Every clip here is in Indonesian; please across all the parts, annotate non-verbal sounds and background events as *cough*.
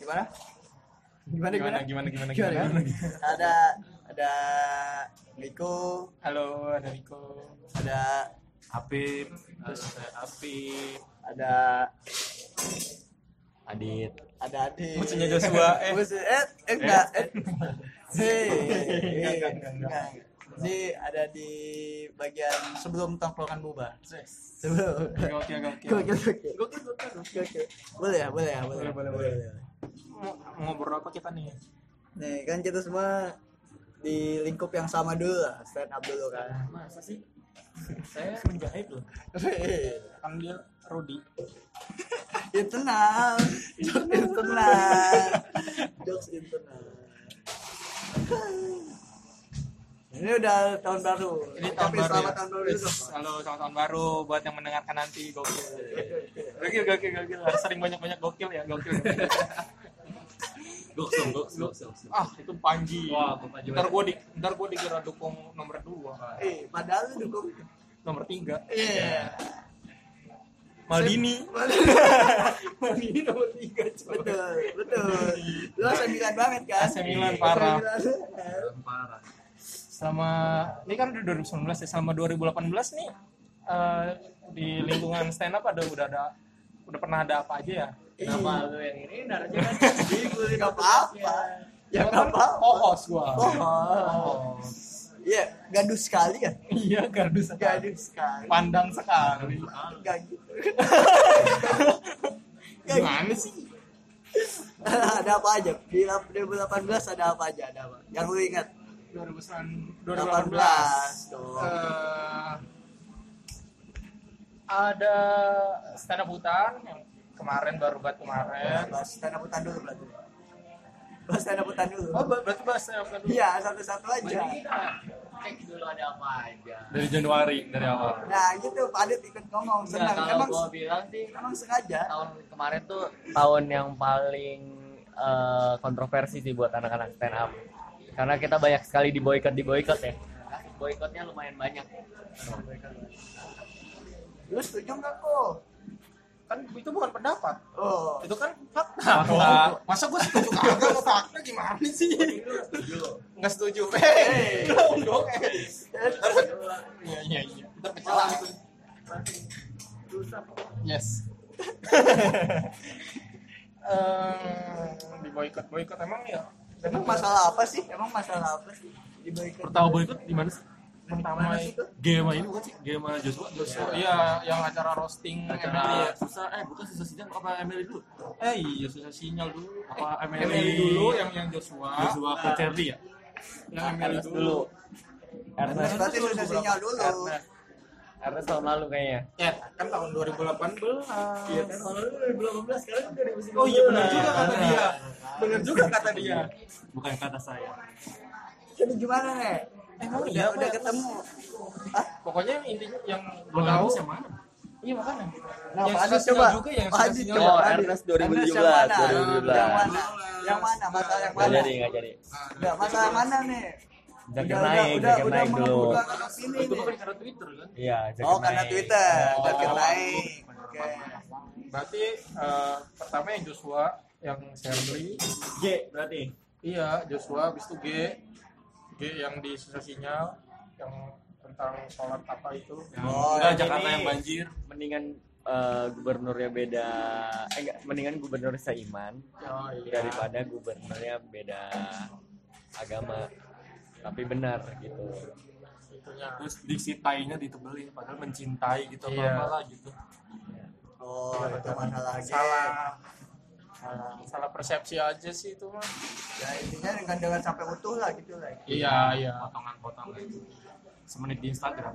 gimana? Gimana gimana? gimana Gimana, gimana gimana? gimana? Ada ada Rico, Halo, ada Riko. ada Apip Terus ada Api. ada Adit ada Adi. Musuhnya Joshua, eh. Musuh- eh, eh, enggak. Eh. Hei. *laughs* Enggak, enggak, enggak, Enggak. Jadi ada di bagian sebelum tongkrongan bubar. Sebelum. Gokil, gokil. Gokil, gokil. Gokil. Boleh ya, boleh ya, boleh. Boleh, boleh, boleh. Mau mau ngobrol apa kita nih? Nih, kan kita semua di lingkup yang sama dulu lah, stand up dulu kan. Masa sih? Saya menjahit loh. *laughs* Kan dia Rudi. ya tenang, jokes internal, jokes internal. Ini udah tahun baru. Ini tahun Tapi baru. selamat ya? tahun baru Yes, dulu. Halo, selamat tahun baru buat yang mendengarkan nanti gokil. Gokil, gokil, gokil. Harus sering banyak-banyak gokil ya, gokil. Goksong, goksong, ah, itu Panji. Wah, Pak Panji. Ntar gua di ntar gua dikira dukung nomor 2, Eh, padahal lu dukung. nomor 3. Iya. Maldini. Ini nomor tiga. Betul, betul. Lu AC Milan banget kan? AC Milan, Iya, parah. AC Milan. Parah selama ini kan udah 2019 ya selama 2018 nih eh, di lingkungan stand up ada udah ada udah pernah ada apa aja ya Kenapa lu yang ini darahnya kan Eh, Bingung, nggak apa-apa. Iya. Ya nggak apa-apa. hoos kan gua Oh. Iya, gaduh sekali kan? *laughs* iya gardus sekali Gaduh sekali. pandang sekali Gak gitu. Gak Ya, gimana sih *laughs* ada apa aja? Di 2018 ada apa aja? Ada apa? Yang lu ingat? 2018 2018. Tuh. Eh, ada stand up hutan yang kemarin baru buat kemarin Bahas stand up hutan dulu berarti. Bahas stand up hutan dulu. oh ber- berarti bahas stand up hutan dulu. Iya, satu-satu aja. Cek dulu ada apa aja dari Januari dari awal Nah, gitu Padit ikut ngomong Iya, Nah, senang. kalau Emang gua bilang sih emang sengaja. tahun kemarin tuh tahun yang paling eh, kontroversi sih buat anak-anak stand up karena kita banyak sekali diboykot diboykot ya kasus boykotnya lumayan banyak Lu setuju nggak kok? kan itu bukan pendapat Oh. itu kan fakta. Ah, Iya, Masa gue setuju kagak sama fakta gimana sih? Nggak setuju. *laughs* Hei, dong dong. eh. Iya iya iya. Ntar pecah lagi tuh. Yes. Eh, di boykot boykot emang ya. Emang masalah apa sih? Emang masalah apa sih? Di balik pertama boykot di mana sih pertama sih tuh? Gema ini bukan sih Gema Joshua Oh, iya, yang acara roasting Emily Iya, ya. acara susah eh bukan susah sidang apa Emily dulu Eh iya susah sinyal dulu. Eh, Apa Emily? dulu yang yang Joshua. Nah. Joshua ke Cherly ya Yang Emily Ernest dulu. dulu Ernest Ernest berarti susah sinyal dulu. Ernest Ernest tahun lalu kayaknya Ya, kan tahun 2018. Iya, tahun lalu 2018 sekarang 2019 Oh iya benar juga kata dia. Benar juga kata dia. bukan kata saya Jadi gimana Oh, nih? Emang udah, iya apa udah ya? ketemu. Hah? Pokoknya intinya yang Gua gue tahu habis yang mana Iya makanya. Nah, yang Pak susah Adit sinyal coba. juga yang Pak susah Adit sinyal. coba. Oh, Pak Adit. Ernest Ernest 2017, yang mana? 2017. Yang mana? Yang mana? Masalah yang nggak mana? jadi nggak jadi Enggak, masalah mana nih? Jaket naik, udah, jaket udah naik dulu. mengemuka ke sini itu bukan nih. karena Twitter kan Iya, jaket Oh, karena naik. Twitter, Oh. jaket naik. Oke. Berarti eh, pertama yang Joshua yang Shirley. G berarti Iya, Joshua habis itu G. G yang di susah sinyal yang tentang sholat apa itu. yang Oh, enggak yang Jakarta ini. yang banjir mendingan eh, gubernurnya beda eh, enggak mendingan gubernur seiman Oh iya. daripada gubernurnya beda agama tapi benar gitu itunya. terus diksi tainya ditebelin padahal mencintai gitu apa Iya. apa lah gitu Oh, itu masalah lagi. Salah salah salah persepsi aja sih itu mah. Ya, intinya dengan dengan sampai utuh lah gitu lah. Iya, iya. potongan-potongan semenit di Instagram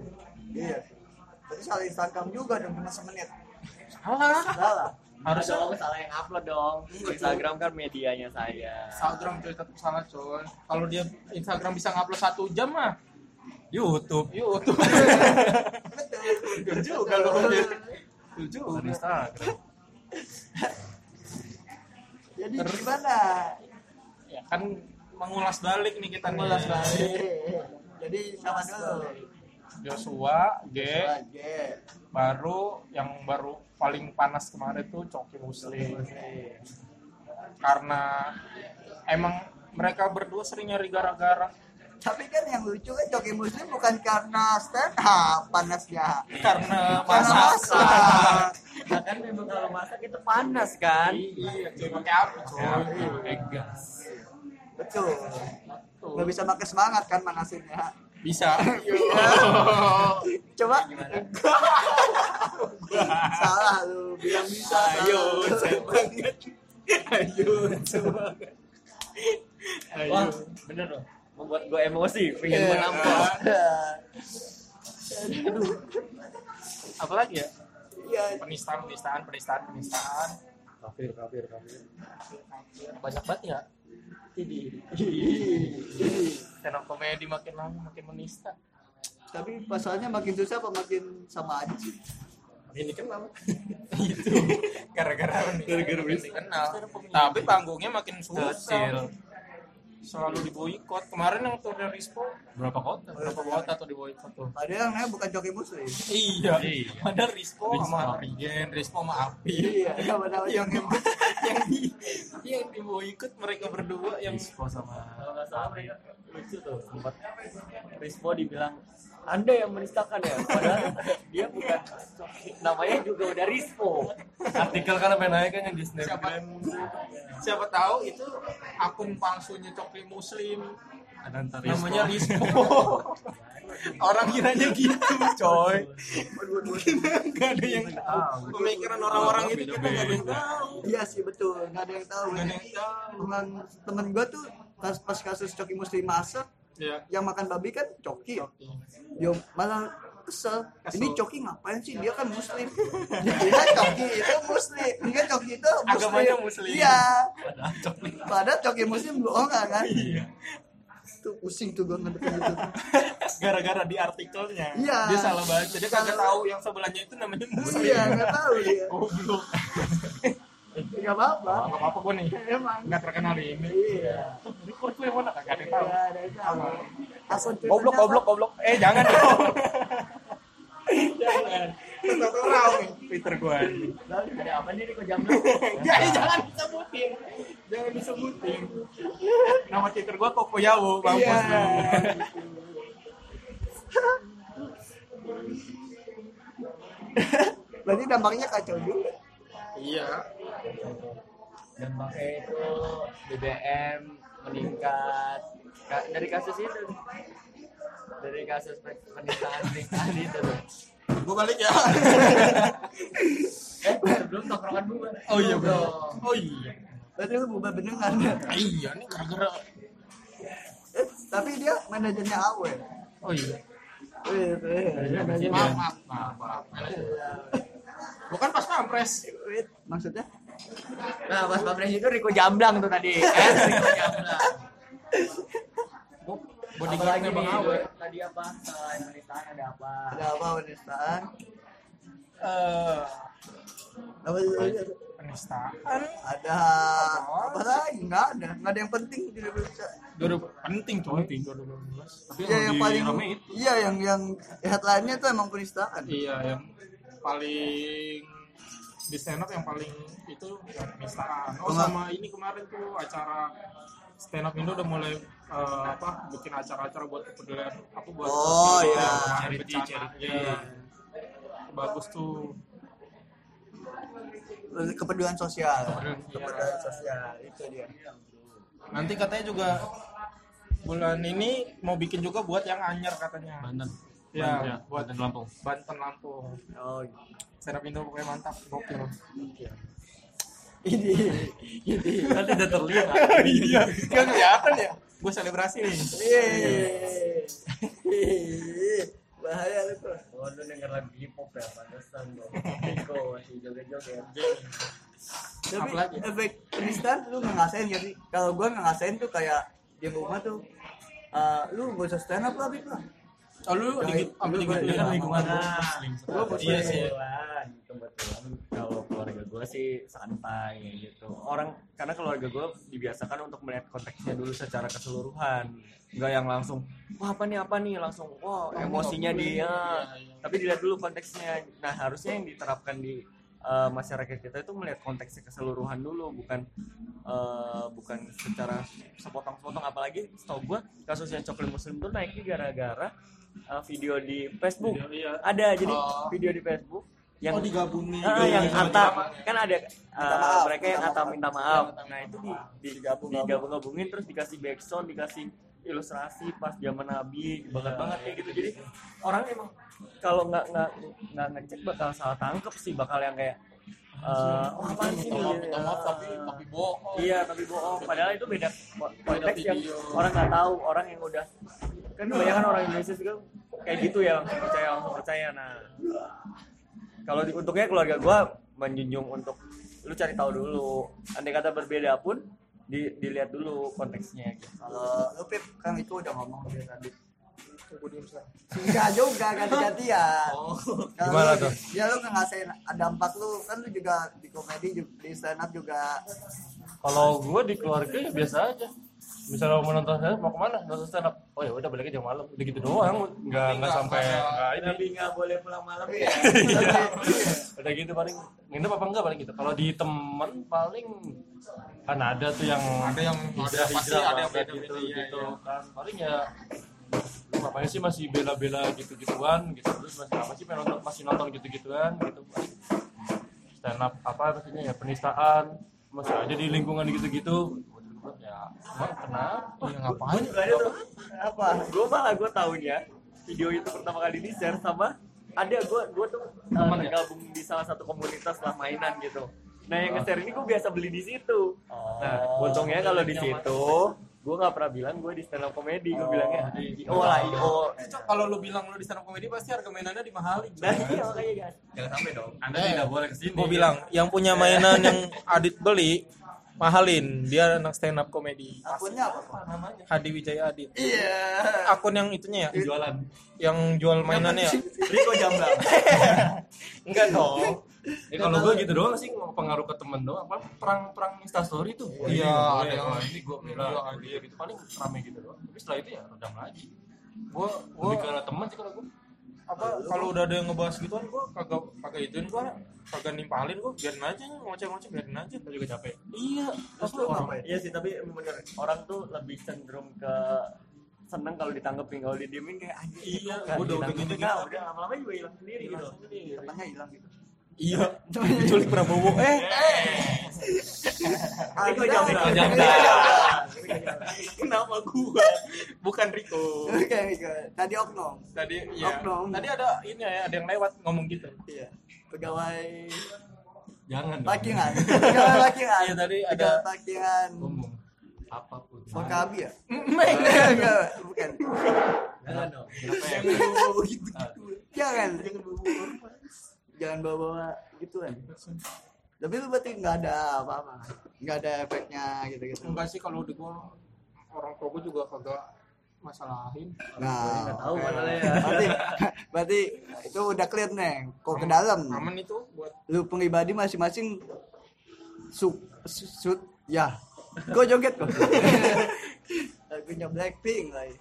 Iya. Berarti salah Instagram juga dong cuma semenit. Salah. Salah. harus Nggak dong salah yang upload dong Iya, Instagram kan medianya saya Instagram coy tetap salah coy kalau dia Instagram bisa ngupload satu jam mah YouTube YouTube Betul. juga lu. tujuh bukan Instagram Jadi Terus. gimana? ya kan mengulas balik nih Kan kita mengulas Iya, Jadi sama dulu. Joshua G Oke. Eh. baru yang baru paling panas kemarin tuh Coki Muslim karena emang mereka berdua sering nyari gara-gara Tapi kan yang lucu kan joki muslim bukan karena stand up panasnya. Karena karena masa masak. Nah, kan memang kalau masak itu panas kan? iya cuy pakai api cuy Pakai gas. Betul. Gak bisa pakai semangat kan manasinnya. bisa Coba. *laughs* salah lu bilang bisa. Ayo, salah. ayo coba Wah, bener loh. Membuat gue emosi, pengen gue Iya. nampol. apalagi ya Iya. penistaan penistaan penistaan penistaan Kafir, kafir, kafir. banyak banget ya stand up komedi makin lama makin menista Tapi pasalnya makin susah apa makin sama aja sih? Ini kan lama. itu gara-gara ini Gara-gara makin bisa. dikenal tapi panggungnya makin susah Kecil. selalu diboikot kemarin yang tour dari Rispo Berapa kota? berapa kota tuh diboikot tuh Padahal yang bukan ya. joki muslim. iya Iya. ada Rispo sama Rispo. Rien Rispo sama Api Iya, gak pernah yang *laughs* yang di Iya, yang diboikot mereka berdua yang Disco sama Kalau nggak salah mereka lucu tuh sempat Rispo dibilang anda yang menistakan ya padahal dia bukan namanya juga udah Rispo artikel kan apa yang naik kan yang di siapa snapgram siapa tahu itu akun palsunya Cokli Muslim ada ntar namanya Rispo *laughs* orang kiranya gitu coy nggak ada yang tahu pemikiran orang-orang itu kita nggak ada yang tahu Iya sih betul, nggak ada yang tahu. nggak ada yang tahu Teman temen gue tuh pas, pas kasus coki muslim masak ya yang makan babi kan coki. ya. Yo malah kesel. Ini coki ngapain sih? Dia kan muslim. Dia coki itu muslim. Dia coki itu muslim. Agamanya muslim. Iya. Padahal coki muslim lu orang kan. Iya. Tuh pusing tuh gue ngedekin *laughs* itu. gara-gara di artikelnya Iya. dia salah baca dia kagak tahu yang sebelahnya itu namanya muslim Iya, nggak tahu dia. goblok Nggak apa-apa. nggak apa-apa gue nih Emang. nggak terkenal ini Iya. ini kurku yang mana kagak Iya, ada yang tahu Nggak ada yang tahu. Akun Twitternya goblok apa? goblok goblok eh jangan dong *laughs* jangan tetap raw nih Twitter gue lalu ada apa nih kok jam Jadi *laughs* jangan disebutin. Jangan disebutin. Nama Twitter gua Kokoyawo, Iya. mampus lu. *laughs* Berarti dampaknya kacau juga. Iya. dan pakai itu BBM meningkat Ka- dari kasus itu dari kasus pe- penistaan penistaan itu tuh. Gua balik *laughs* ya. eh sebelum tongkrongan dulu Oh iya, Bro. Oh iya. Berarti lu berubah beneran. Iya, ini gara-gara Eh, tapi dia manajernya Awel. Oh iya. Wih, wih, manajer. Maaf, Iya, maaf, maaf. maaf. Bukan pas pampres. Wih, Maksudnya? nah pas pamres itu Riko Jamblang tuh tadi kan Riko Jamblang Oh, Bodyguardnya Bang nih, Awe. tadi apa selain penistaan ada apa Ada apa penistaan? Eh, Apa itu? penistaan. Ada apa lagi? Enggak ada. Enggak ada yang penting di Indonesia. Dua penting coy. Penting 2012. tapi Iya, yang paling rame itu Iya, yang yang headline-nya tuh emang penistaan. Iya yang paling di stand up yang paling itu ya, penistaan. Oh Enggak. sama ini kemarin tuh acara stand up Indo udah mulai eh, apa bikin acara-acara buat kepedulian apa buat Oh, kepedulian iya. sama Charity, bencana. charity. Iya. Bagus tuh. Kepedulian sosial. Iya. Kepedulian sosial itu dia. Nanti katanya juga bulan ini mau bikin juga buat yang anyar katanya. Banten Iya, Banten, ya. buat- Banten Lampung Banten Lampung. Oh, Stand up Indo pokoknya mantap, *laughs* gokil. ini kan tidak terlihat iya, kan kelihatan ya. Gue selebrasi nih. Iya. Yeay. Yeay. bahaya lu tuh Oh, lu denger lagu hip hop ya, pantesan dong. Riko masih joget-joget. tapi Apalagi? efek penistaan lu nggak ngasain gak sih kalau gua nggak ngasain tuh kayak di rumah tuh eh, lu gak usah stand up lah Bib lah Oh, lu Yang- digit- apa lu gua- digituin sama iya. kan, lingkungan lu? Gua muslim. Iya sih. Kebetulan, kebetulan kalau keluarga gue sih santai kayak gitu. Orang karena keluarga gue dibiasakan untuk melihat konteksnya dulu secara keseluruhan, nggak yang langsung wah apa nih apa nih langsung wah emosinya dia. Tapi dilihat dulu konteksnya. Nah harusnya yang diterapkan di eh, masyarakat kita itu melihat konteksnya keseluruhan dulu bukan eh, bukan secara sepotong-sepotong apalagi setahu gue kasus yang coklat muslim itu naiknya gara-gara eh, video di Facebook ada jadi Oh. video di Facebook yang oh digabungin Ah, yang Digabungin. Atta kan ada Minta eh, maaf, mereka yang minta Atta maaf. minta maaf. Minta maaf. Nah itu di, digabung gabungin terus dikasih backsound, dikasih ilustrasi pas zaman Nabi banget banget kayak gitu. Jadi orang emang kalau nggak nggak nggak ngecek bakal salah tangkep sih bakal yang kayak eh oh Iya, apa sih Eh, minta maaf minta maaf tapi tapi bohong Iya, tapi bohong. Padahal itu beda ko- konteks yang video. orang nggak tahu, orang yang udah kan kebanyakan orang Indonesia juga kayak gitu ya langsung percaya langsung percaya. Nah, kalau di- untuknya keluarga gua menjunjung untuk lu cari tahu dulu. Andai kata berbeda pun di- dilihat dulu konteksnya. Gitu. Kalau lu Pip, kan itu udah ngomong dia tadi. Enggak juga ganti-gantian. Oh. Kalau Gimana lu- tuh? Ya lu ngerasain dampak lu kan lu juga di komedi juga, di stand up juga Kalau gue di keluarga ya biasa aja. Misalnya mau nonton stand up, mau kemana? Nonton stand up. Oh ya udah balik aja malam. Udah gitu doang. Nggak nggak nggak sampai ada- nggak ini. nggak boleh pulang malam Iya. Udah gitu paling nginep apa enggak paling gitu. Kalau di temen paling kan ada tuh yang ada yang ada hijrah pasti hijrah ada yang beda gitu gitu gitu kan paling ya lu ngapain sih masih bela-bela gitu-gituan gitu terus masih apa sih pengen nonton masih nonton gitu-gituan gitu paling stand up apa maksudnya ya penistaan masih aja di lingkungan gitu-gitu ya emang kenapa Iya *laughs* ngapain? juga ada tuh apa gue malah gue tahunya video itu pertama kali di share sama ada gue gue tuh uh, Temen ya? gabung di salah satu komunitas lah mainan gitu nah Oh. yang nge-share ini gue biasa beli di situ nah Oh. untungnya kalau di situ gue nggak pernah bilang gue di stand up comedy Oh, gue bilangnya iya, io lah iya." io Itu Iya. kalau lu bilang lu di stand up comedy pasti harga mainannya dimahalin. nah iya makanya guys jangan sampai dong anda Eh, tidak boleh kesini Gue bilang yang punya mainan yang Adit beli mahalin dia anak stand up komedi akunnya apa? Pak? Hadi Wijaya Adit Iya. akun yang itunya ya jualan yang jual mainannya ya Riko jamblang enggak Iya. dong ya, kalau gue gitu doang sih pengaruh ke temen doang apa perang-perang instastory tuh Iya, ada yang ini gue Iya, bilang ada. iya gitu paling rame gitu doang tapi setelah itu ya redam lagi gue lebih ke arah teman sih kalau gue apa kalau udah ada yang ngebahas gituan gue kagak kagak ituin gue kagak nimpalin gue biarin aja ngoceh-ngoceh biarin aja Gue juga capek iya Terus lu ngapain? iya sih tapi emang bener orang tuh lebih cenderung ke seneng kalau ditanggepin kalau didiemin kayak anjing Iya, nggak gua udah- udah ditangkepin." gini-gini Nah, aja. udah lama-lama juga hilang sendiri gitu Temennya hilang gitu. iya diculik Prabowo eh Riko Anda- jamblang Riko jamblang. jamblang. Kenapa gua? Bukan Rico. Oke, oke. Tadi oknum. Tadi ya. Oknum. Tadi ada ini ya, ada yang lewat ngomong gitu. Iya. Pegawai jangan dong. parkiran. Pegawai parkiran. Iya, tadi ada- Pegawai parkiran. ngomong apapun Wakabi ya? Oh, Enggak. Enggak, bukan. jangan dong begitu. Jangan. Iya, kan? Jangan bawa-bawa gituan. Iya. Tapi lu berarti nggak ada apa-apa. Nggak ada efeknya gitu-gitu. Enggak sih kalau di gua orang tua gua juga kagak masalahin. Nah, Nggak tahu oke. masalahnya ya. Berarti, berarti itu udah clear nih. Kok ke dalam? Aman itu buat Lu pribadi masing-masing su, su, su- ya. Gue joget kok. Lagunya Blackpink lagi.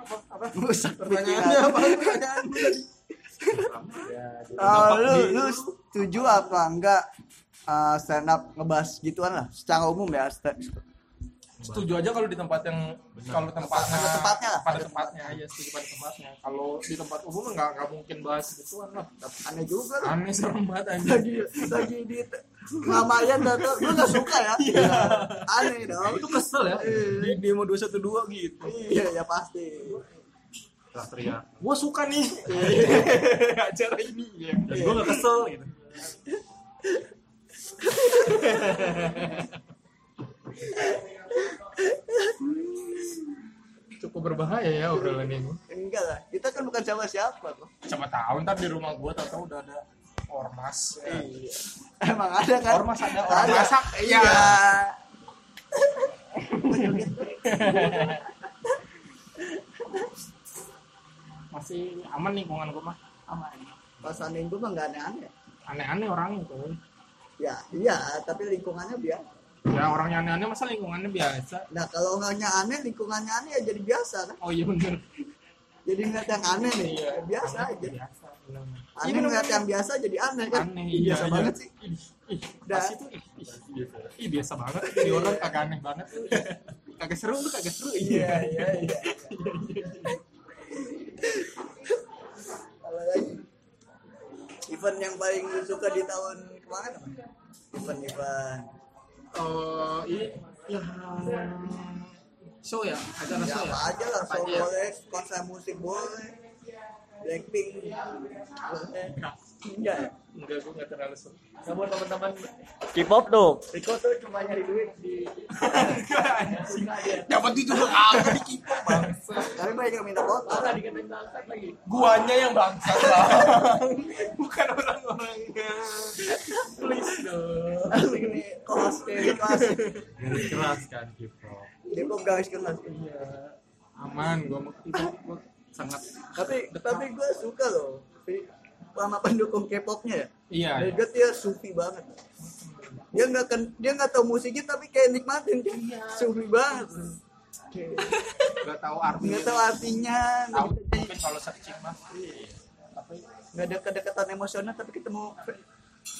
apa? Apa? Rusak Pertanyaannya pikiran. apa? Pertanyaan gua tadi. Ah, lu, lu setuju apa enggak ah, stand up ngebahas gituan lah secara umum ya sta- setuju aja kalau di tempat yang kalau tempatnya Pada tempatnya lah. pada tempatnya aja setuju pada tempatnya kalau di tempat umum nggak nggak mungkin bahas gituan lah aneh juga lah aneh serem banget anjing lagi lagi di Ramayan datang lu gak suka ya aneh dong itu kesel ya di demo 212 gitu iya ya pasti teriak gua suka *laughs* nih acara ini ya dan gue gak kesel gitu cukup berbahaya ya obrolan ini enggak lah kita kan bukan siapa siapa kok coba tahu ntar di rumah gua tau tau udah ada ormas iya emang ada kan Ormas ada, orang masak, iya. iya masih aman lingkungan gua mah aman pasangan gue mah nggak aneh-aneh aneh-aneh orangnya tuh ya iya tapi lingkungannya biasa ya orangnya aneh-aneh masa lingkungannya biasa nah kalau orangnya aneh lingkungannya aneh ya jadi biasa kan oh iya bener jadi ngeliat yang aneh nih Iya. Yang Iya, biasa aja aneh ngeliat yang biasa jadi aneh kan *laughs* Aneh, Ih, iya, biasa iya. banget sih Pas Dah. itu ih, ih, ih, biasa banget jadi orang kagak aneh banget lu. kagak seru lu kagak seru iya iya iya Apa lagi? event yang paling lu suka di tahun kemarin apa? event event oh iya ya show ya acara ya show apa ya aja lah Apa show aja ya? boleh konser musik boleh Blackpink boleh enggak ya? enggak gue nggak terlalu seru kamu teman-teman "Ah, K-pop dong. Riko tuh cuma nyari duit di dapat itu juga kagak di kipok bangsa tapi banyak yang minta foto kan guanya yang bangsa lah bukan orang-orangnya please dong asik nih kelas kayak gitu asik garis keras kan K-pop dia kok garis keras aman gue mau gue sangat tapi tapi gue suka loh si- sama pendukung K-popnya ya iya Dari gue dia sufi banget dia nggak kan dia nggak tahu musiknya tapi kayak nikmatin kan sufi banget nggak tahu artinya nggak tahu artinya tahu mungkin kalau searching mah iya. nggak ada kedekatan emosional tapi ketemu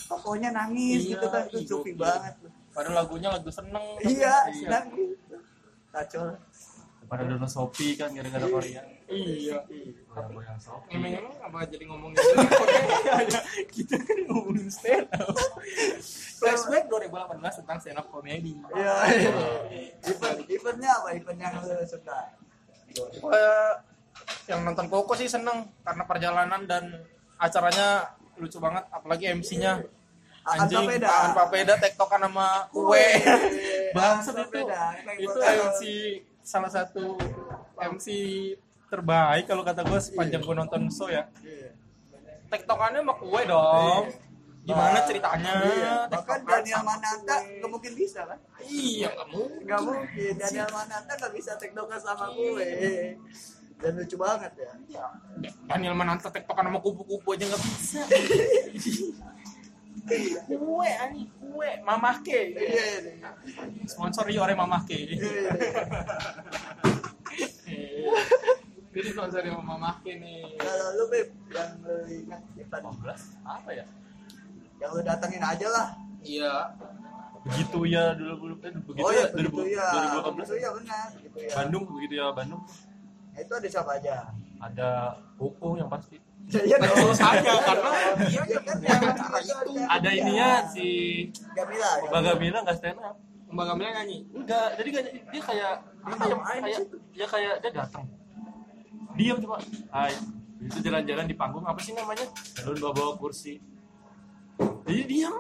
tokohnya nangis Iya, gitu kan itu iya, sufi gokil. banget padahal lagunya lagu seneng iya nangis kacau pada dono Shopee kan gara-gara Korea iya goyang-goyang Shopee emang-emang apa jadi ngomongin *laughs* ini? Iya. kita kan ngomongin stand up flashback 2018 tentang stand up comedy iya iya. event eventnya apa event yang lu suka Pokoknya yang nonton Koko sih seneng karena perjalanan dan acaranya lucu banget apalagi MC-nya Aan Papeda. Iya, Aan Papeda Iya, tektokan sama kue bangsat Aan itu Papeda. Emang itu gua tahu. MC salah satu MC terbaik kalau kata gue sepanjang gue nonton show ya Iya. tektokannya sama kue dong gimana ceritanya Iya, bahkan Tektokan Daniel sama Mananta kue. nggak mungkin bisa kan iya kamu nggak mungkin Daniel Mananta nggak bisa teknokan sama gue dan lucu banget ya Daniel Mananta tektokan sama kupu-kupu aja nggak bisa kue ani kue mamah ke iya iya. sponsor yuk oleh mamah ke iya jadi sponsor sama mamah ke nih kalau lu Beb, yang lu ingat event 15 apa ya yang lu datengin aja lah iya begitu ya dulu dulu eh, begitu oh ya iya begitu ya 2018 begitu ya benar begitu ya Bandung begitu ya Bandung Nah, itu ada siapa aja ada Koko yang pasti Ya, iya dong. saya karena Iya, iya, kan, yang itu ada ininya si Gamila Gamila. Bagamila nggak stand up Mbak Gamelan nyanyi enggak jadi nggak dia kayak dia kayak kayak dia kayak dia datang diam cuma hai itu jalan-jalan di panggung apa sih namanya lalu bawa bawa kursi jadi diam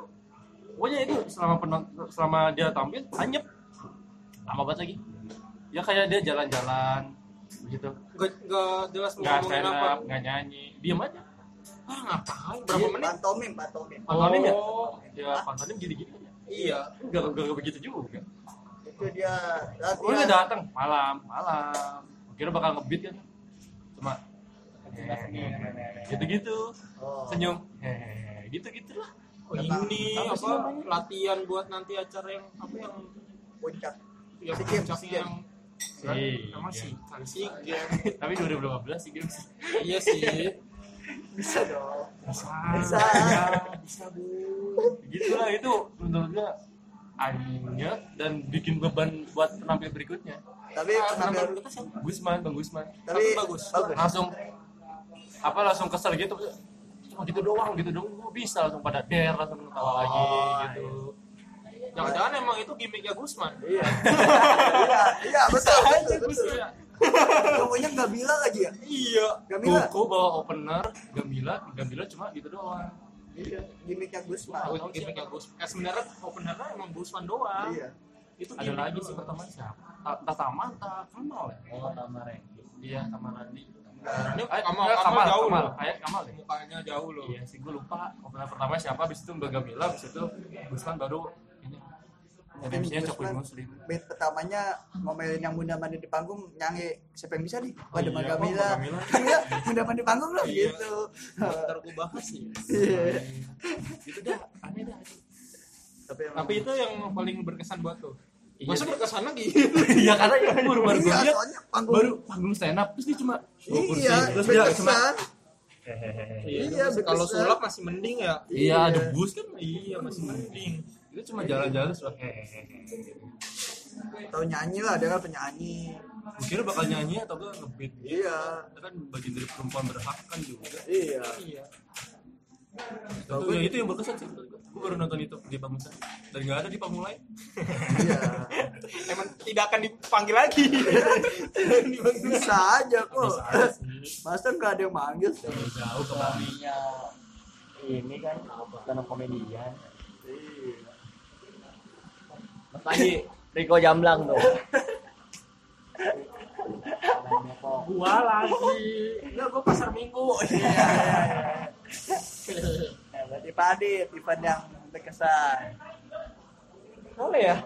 pokoknya itu selama penonton selama dia tampil hanyep lama banget lagi ya kayak dia jalan-jalan begitu gak, gak jelas mau nggak ngomongin stand apa up nggak nyanyi diam aja ah ngapain berapa Iya, menit pantomim pantomim pantonim ya Oh, ya pantonim gini-gini aja iya enggak enggak begitu juga itu dia Oh, Gue udah latihan datang Oh, malam, malam. Kira bakal ngebeat kan. Cuma gitu-gitu. Oh. Senyum. Hehehe. Gitu-gitu lah. oh, ini Apa sih apa latihan buat nanti acara yang apa yang puncak yang Si Games, puncaknya Si Games. yang Si iya. kan emang Games. sih kan si game Tapi 2015 sih games. iya sih bisa dong bisa bisa bisa bu Gitu lah itu menurut gue anjingnya dan bikin beban buat penampil berikutnya. tapi Ah, penampilan penampilan kita siapa? Gusman, Bang Gusman. tapi Tapi bagus. Ah. bagus Langsung apa langsung kesel gitu. Cuma gitu doang, gitu doang. Gua bisa langsung pada der, langsung ketawa lagi gitu. Oh, iya. jangan-jangan emang itu gimmicknya Gusman iya iya iya betul betul betul pokoknya nggak bila lagi ya iya Gamila Koko bawa opener, Gamila, Gamila cuma gitu doang. iya gimmicknya Gusman Tahu gimmicknya Gusman eh, sebenarnya openernya emang Gusman doang iya itu Ada gimmick lagi doang. sih pertama siapa? Ta- Entah Tama, entah Kamal ya? Oh, nama Randy. Iya, Tama Randi. Ini Eh, Kamal, enggak, Kamal jauh Kamal. loh. Kayak Kamal ya? mukanya jauh loh Iya sih, gue lupa opener pertama siapa, abis itu Mbak Gamila, abis itu Gusman baru ini. MC-nya Cokoy Gusman. Muslim. beat pertamanya ngomelin yang bunda mandi di panggung nyanyi siapa yang bisa nih pada iya, Mbak kok Gamila *laughs* Mbak Gamila? Gamila Iya, bunda mandi panggung loh Iya. gitu ntar gue bahas nih Iya. Itu dah, aneh dah. tapi emang tapi itu yang paling berkesan buat lo Masa berkesan *laughs* lagi? Iya karena ya baru baru gue iya, lihat soalnya panggung baru panggung stand up terus dia cuma dua kursi. ya, iya, terus dia cuma berkesan. Iya, Mas, kalau berkesan. sulap masih mending ya. iya ada bus kan iya masih mending. Dia cuma jalan-jalan sudah hehehe. Tahu nyanyi lah, dia kan penyanyi. Gue kira bakal nyanyi atau enggak ngebeat. Iya, Itu kan bagian dari perempuan berhak kan juga. iya. Itu, ya, itu yang berkesan sih. Gue baru nonton itu di Pamusan dan nggak ada di Pamulai. Iya. Emang tidak akan dipanggil lagi. *laughs* Bisa aja kok. Masa nggak ada yang manggil sih? Jauh ke Bali. ini kan karena komedian Mas Panji Riko Jamblang tuh Gua lagi. Enggak, gua pasar minggu. Nah, berarti Pak Adit, Ivan yang berkesan. apa ya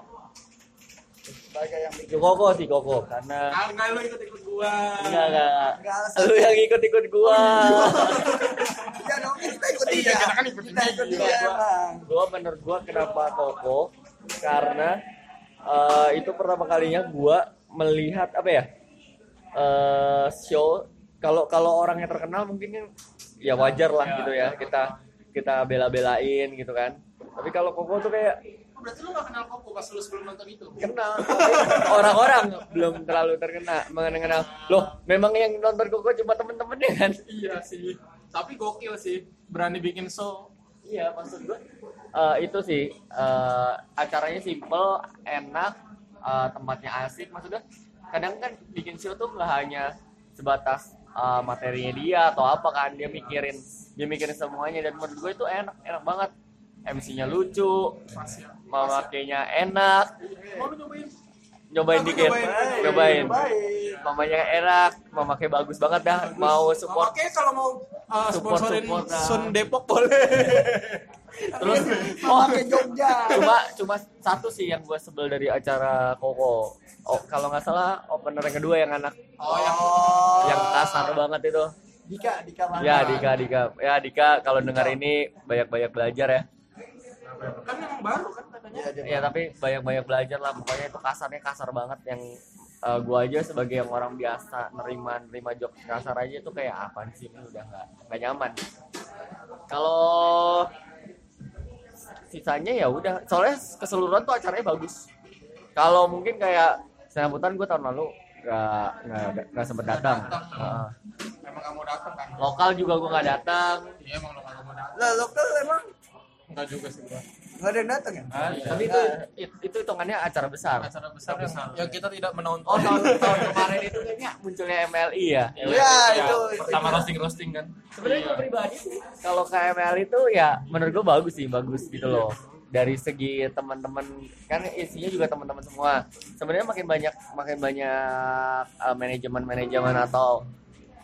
Sebagai Iya, yang bikin. si Koko si Koko karena Ah, Enggak, lu ikut-ikut gua. Iya. enggak enggak enggak. Enggak alasan. lu yang ikut-ikut Oh, gua Iya dong, kita ikut Iya, dia. kita kan ikut Kita ikut dia. dia emang. gua menurut gua kenapa Koko karena eh, itu pertama kalinya gua melihat apa ya eh show kalau kalau orang yang terkenal mungkin kan ya wajar lah gitu ya kita kita bela-belain gitu kan tapi kalau Koko tuh kayak Oh, Berarti lu gak kenal Koko pas lu sebelum nonton itu? Iya. kenal orang-orang belum terlalu terkena mengenal loh memang yang nonton Koko cuma temen-temennya kan Iya sih. Tapi gokil sih. Berani bikin show. Iya maksud gue itu sih eh, acaranya simple, enak, eh, tempatnya asik. Maksud gue kadang kan bikin show tuh nggak hanya sebatas eh, materinya dia atau apa kan dia mikirin dia mikirin semuanya dan menurut gue itu enak enak banget. MC-nya lucu, Pas ya. mamanya enak, Mau lu nyobain? nyobain Aku dikit, nyobain. nyobain. Baik. Mamanya enak, mamaknya bagus banget dah, mau support Oke, kalau mau uh, Support, sponsorin support, nah. Sun Depok boleh. terus Mama ke Jogja. cuma cuma satu sih yang gue sebel dari acara Koko oh kalau nggak salah opener yang kedua yang anak Oh, yang yang kasar banget itu Dika, Dika mana? ya Dika Dika ya Dika kalau dengar ini banyak banyak belajar ya kan emang baru kan katanya. Iya, dia ya tapi banyak banyak belajar lah pokoknya itu kasarnya kasar banget yang eh, gua gue aja sebagai yang orang biasa nerima nerima jok kasar aja itu kayak apaan sih ini udah nggak nggak nyaman kalau sisanya ya udah soalnya keseluruhan tuh acaranya bagus kalau mungkin kayak selambutan gue tahun lalu nggak nggak nggak sempet datang Heeh. Emang gak mau datang kan? lokal juga gue nggak datang Iya, emang lo gak mau datang. Lah lokal emang Enggak juga sih gua. nggak ada yang datang ya? tapi itu it- itu hitungannya acara besar Acara besar, yang, yang kita tidak menonton. oh tahun tahun kemarin itu kayaknya munculnya MLI ya Iya, itu. Pertama roasting roasting kan. sebenarnya gue pribadi sih kalau KML itu ya menurut gue bagus sih bagus gitu loh dari segi teman-teman kan isinya juga teman-teman semua sebenarnya makin banyak makin banyak eh, manajemen-manajemen atau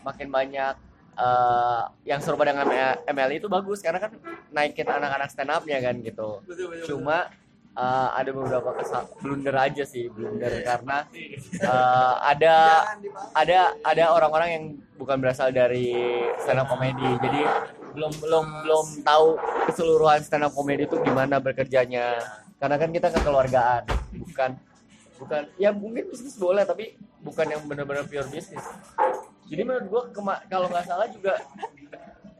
makin banyak eh, yang serupa dengan MLI itu bagus karena kan naikin anak-anak stand up-nya kan gitu cuma eh, ada beberapa kesal blunder aja sih blunder karena eh, ada Jangan dibahas. ada ada orang-orang yang bukan berasal dari stand up comedy jadi belum belum belum tahu keseluruhan stand up comedy itu gimana bekerjanya karena kan kita kekeluargaan bukan bukan ya mungkin bisnis boleh tapi bukan yang benar-benar pure bisnis jadi menurut gua kema- kalau nggak salah juga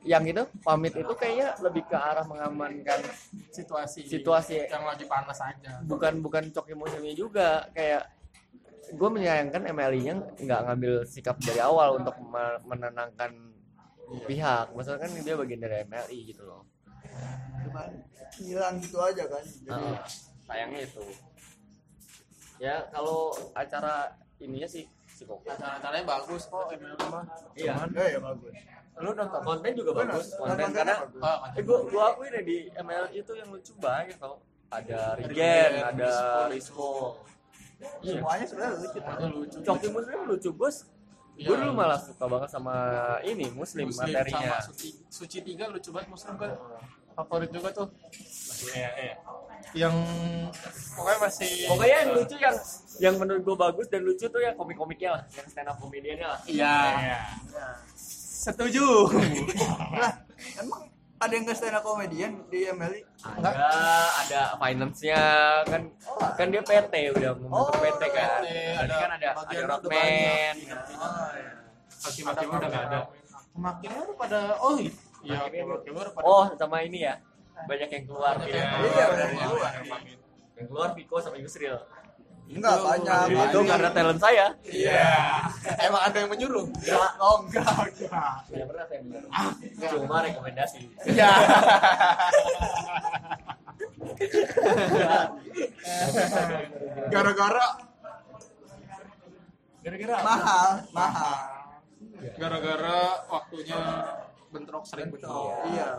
yang itu pamit itu kayaknya lebih ke arah mengamankan situasi Situasi. yang lagi panas aja bukan bukan coki musimnya juga kayak gue menyayangkan MLI-nya nggak ngambil sikap dari awal untuk me- menenangkan pihak maksudnya kan dia bagian dari MLI gitu loh Cuman hilang gitu aja kan. Jadi Nah, sayangnya itu ya kalau acara ininya sih si Koko. acara-acaranya bagus kok ML mah iya ya, ya bagus. lu nonton konten juga Benar, bagus konten karena bagus. Wah, eh, gua gua akuin ya di MLI itu yang lucu banyak tau ada Regen Regen, ada Risco Semuanya sebenarnya lucu. macam lucu Coki Muslim lucu gue Iya. gue dulu malah suka banget sama ini muslim, Iya. sama materinya suci, suci tiga lucu banget muslim kan favorit juga tuh Iya iya. yang pokoknya masih pokoknya yang lucu yang yang menurut gue bagus dan lucu tuh yang komik-komiknya lah yang stand up Iya. komediannya lah iya *laughs* Iya. setuju Lah, emang ada yang nggak stand up comedian di E? MLI ada Iya, ada finance-nya kan kan dia PT udah Oh, membentuk PT kan PT, Berarti ada kan ada ada bagian Iya, udah rockman Iya. hakim-hakim udah nggak ada makin baru pada oh iya Iya, makin baru pada oh sama ini ya banyak yang keluar Iya, Iya, benar. yang keluar. yang keluar Viko sama Yusril enggak Itu- banyak Iya, itu banyak. karena talent saya iya emang ada yang menyuruh Enggak. oh enggak enggak tidak pernah saya bilang Ah, cuma rekomendasi iya gara-gara gara-gara apa? mahal mahal gara-gara waktunya bentrok sering bentrok iya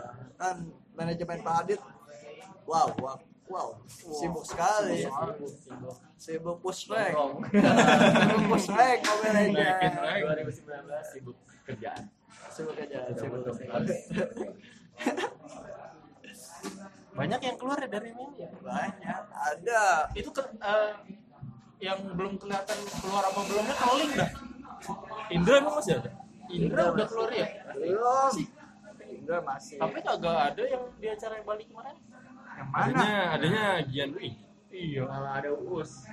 kan manajemen Pak Adit wow wow wow sibuk sekali gitu. sibuk push rank *laughs* Nongkrong. sibuk push rank Mobile Iya. Naikin Legends rank. 2019 sibuk kerjaan sibuk aja Udah sibuk betul. *laughs* Banyak yang keluar ya dari media. banyak ada Itu ke, eh, yang belum kelihatan keluar apa kan belumnya trolling dah. Indra emang masih ada Indra udah keluar ya. belum enggak masih Tapi kagak ada yang di acara yang balik kemarin. yang adanya mana adanya Gian Dwi iya malah ada uus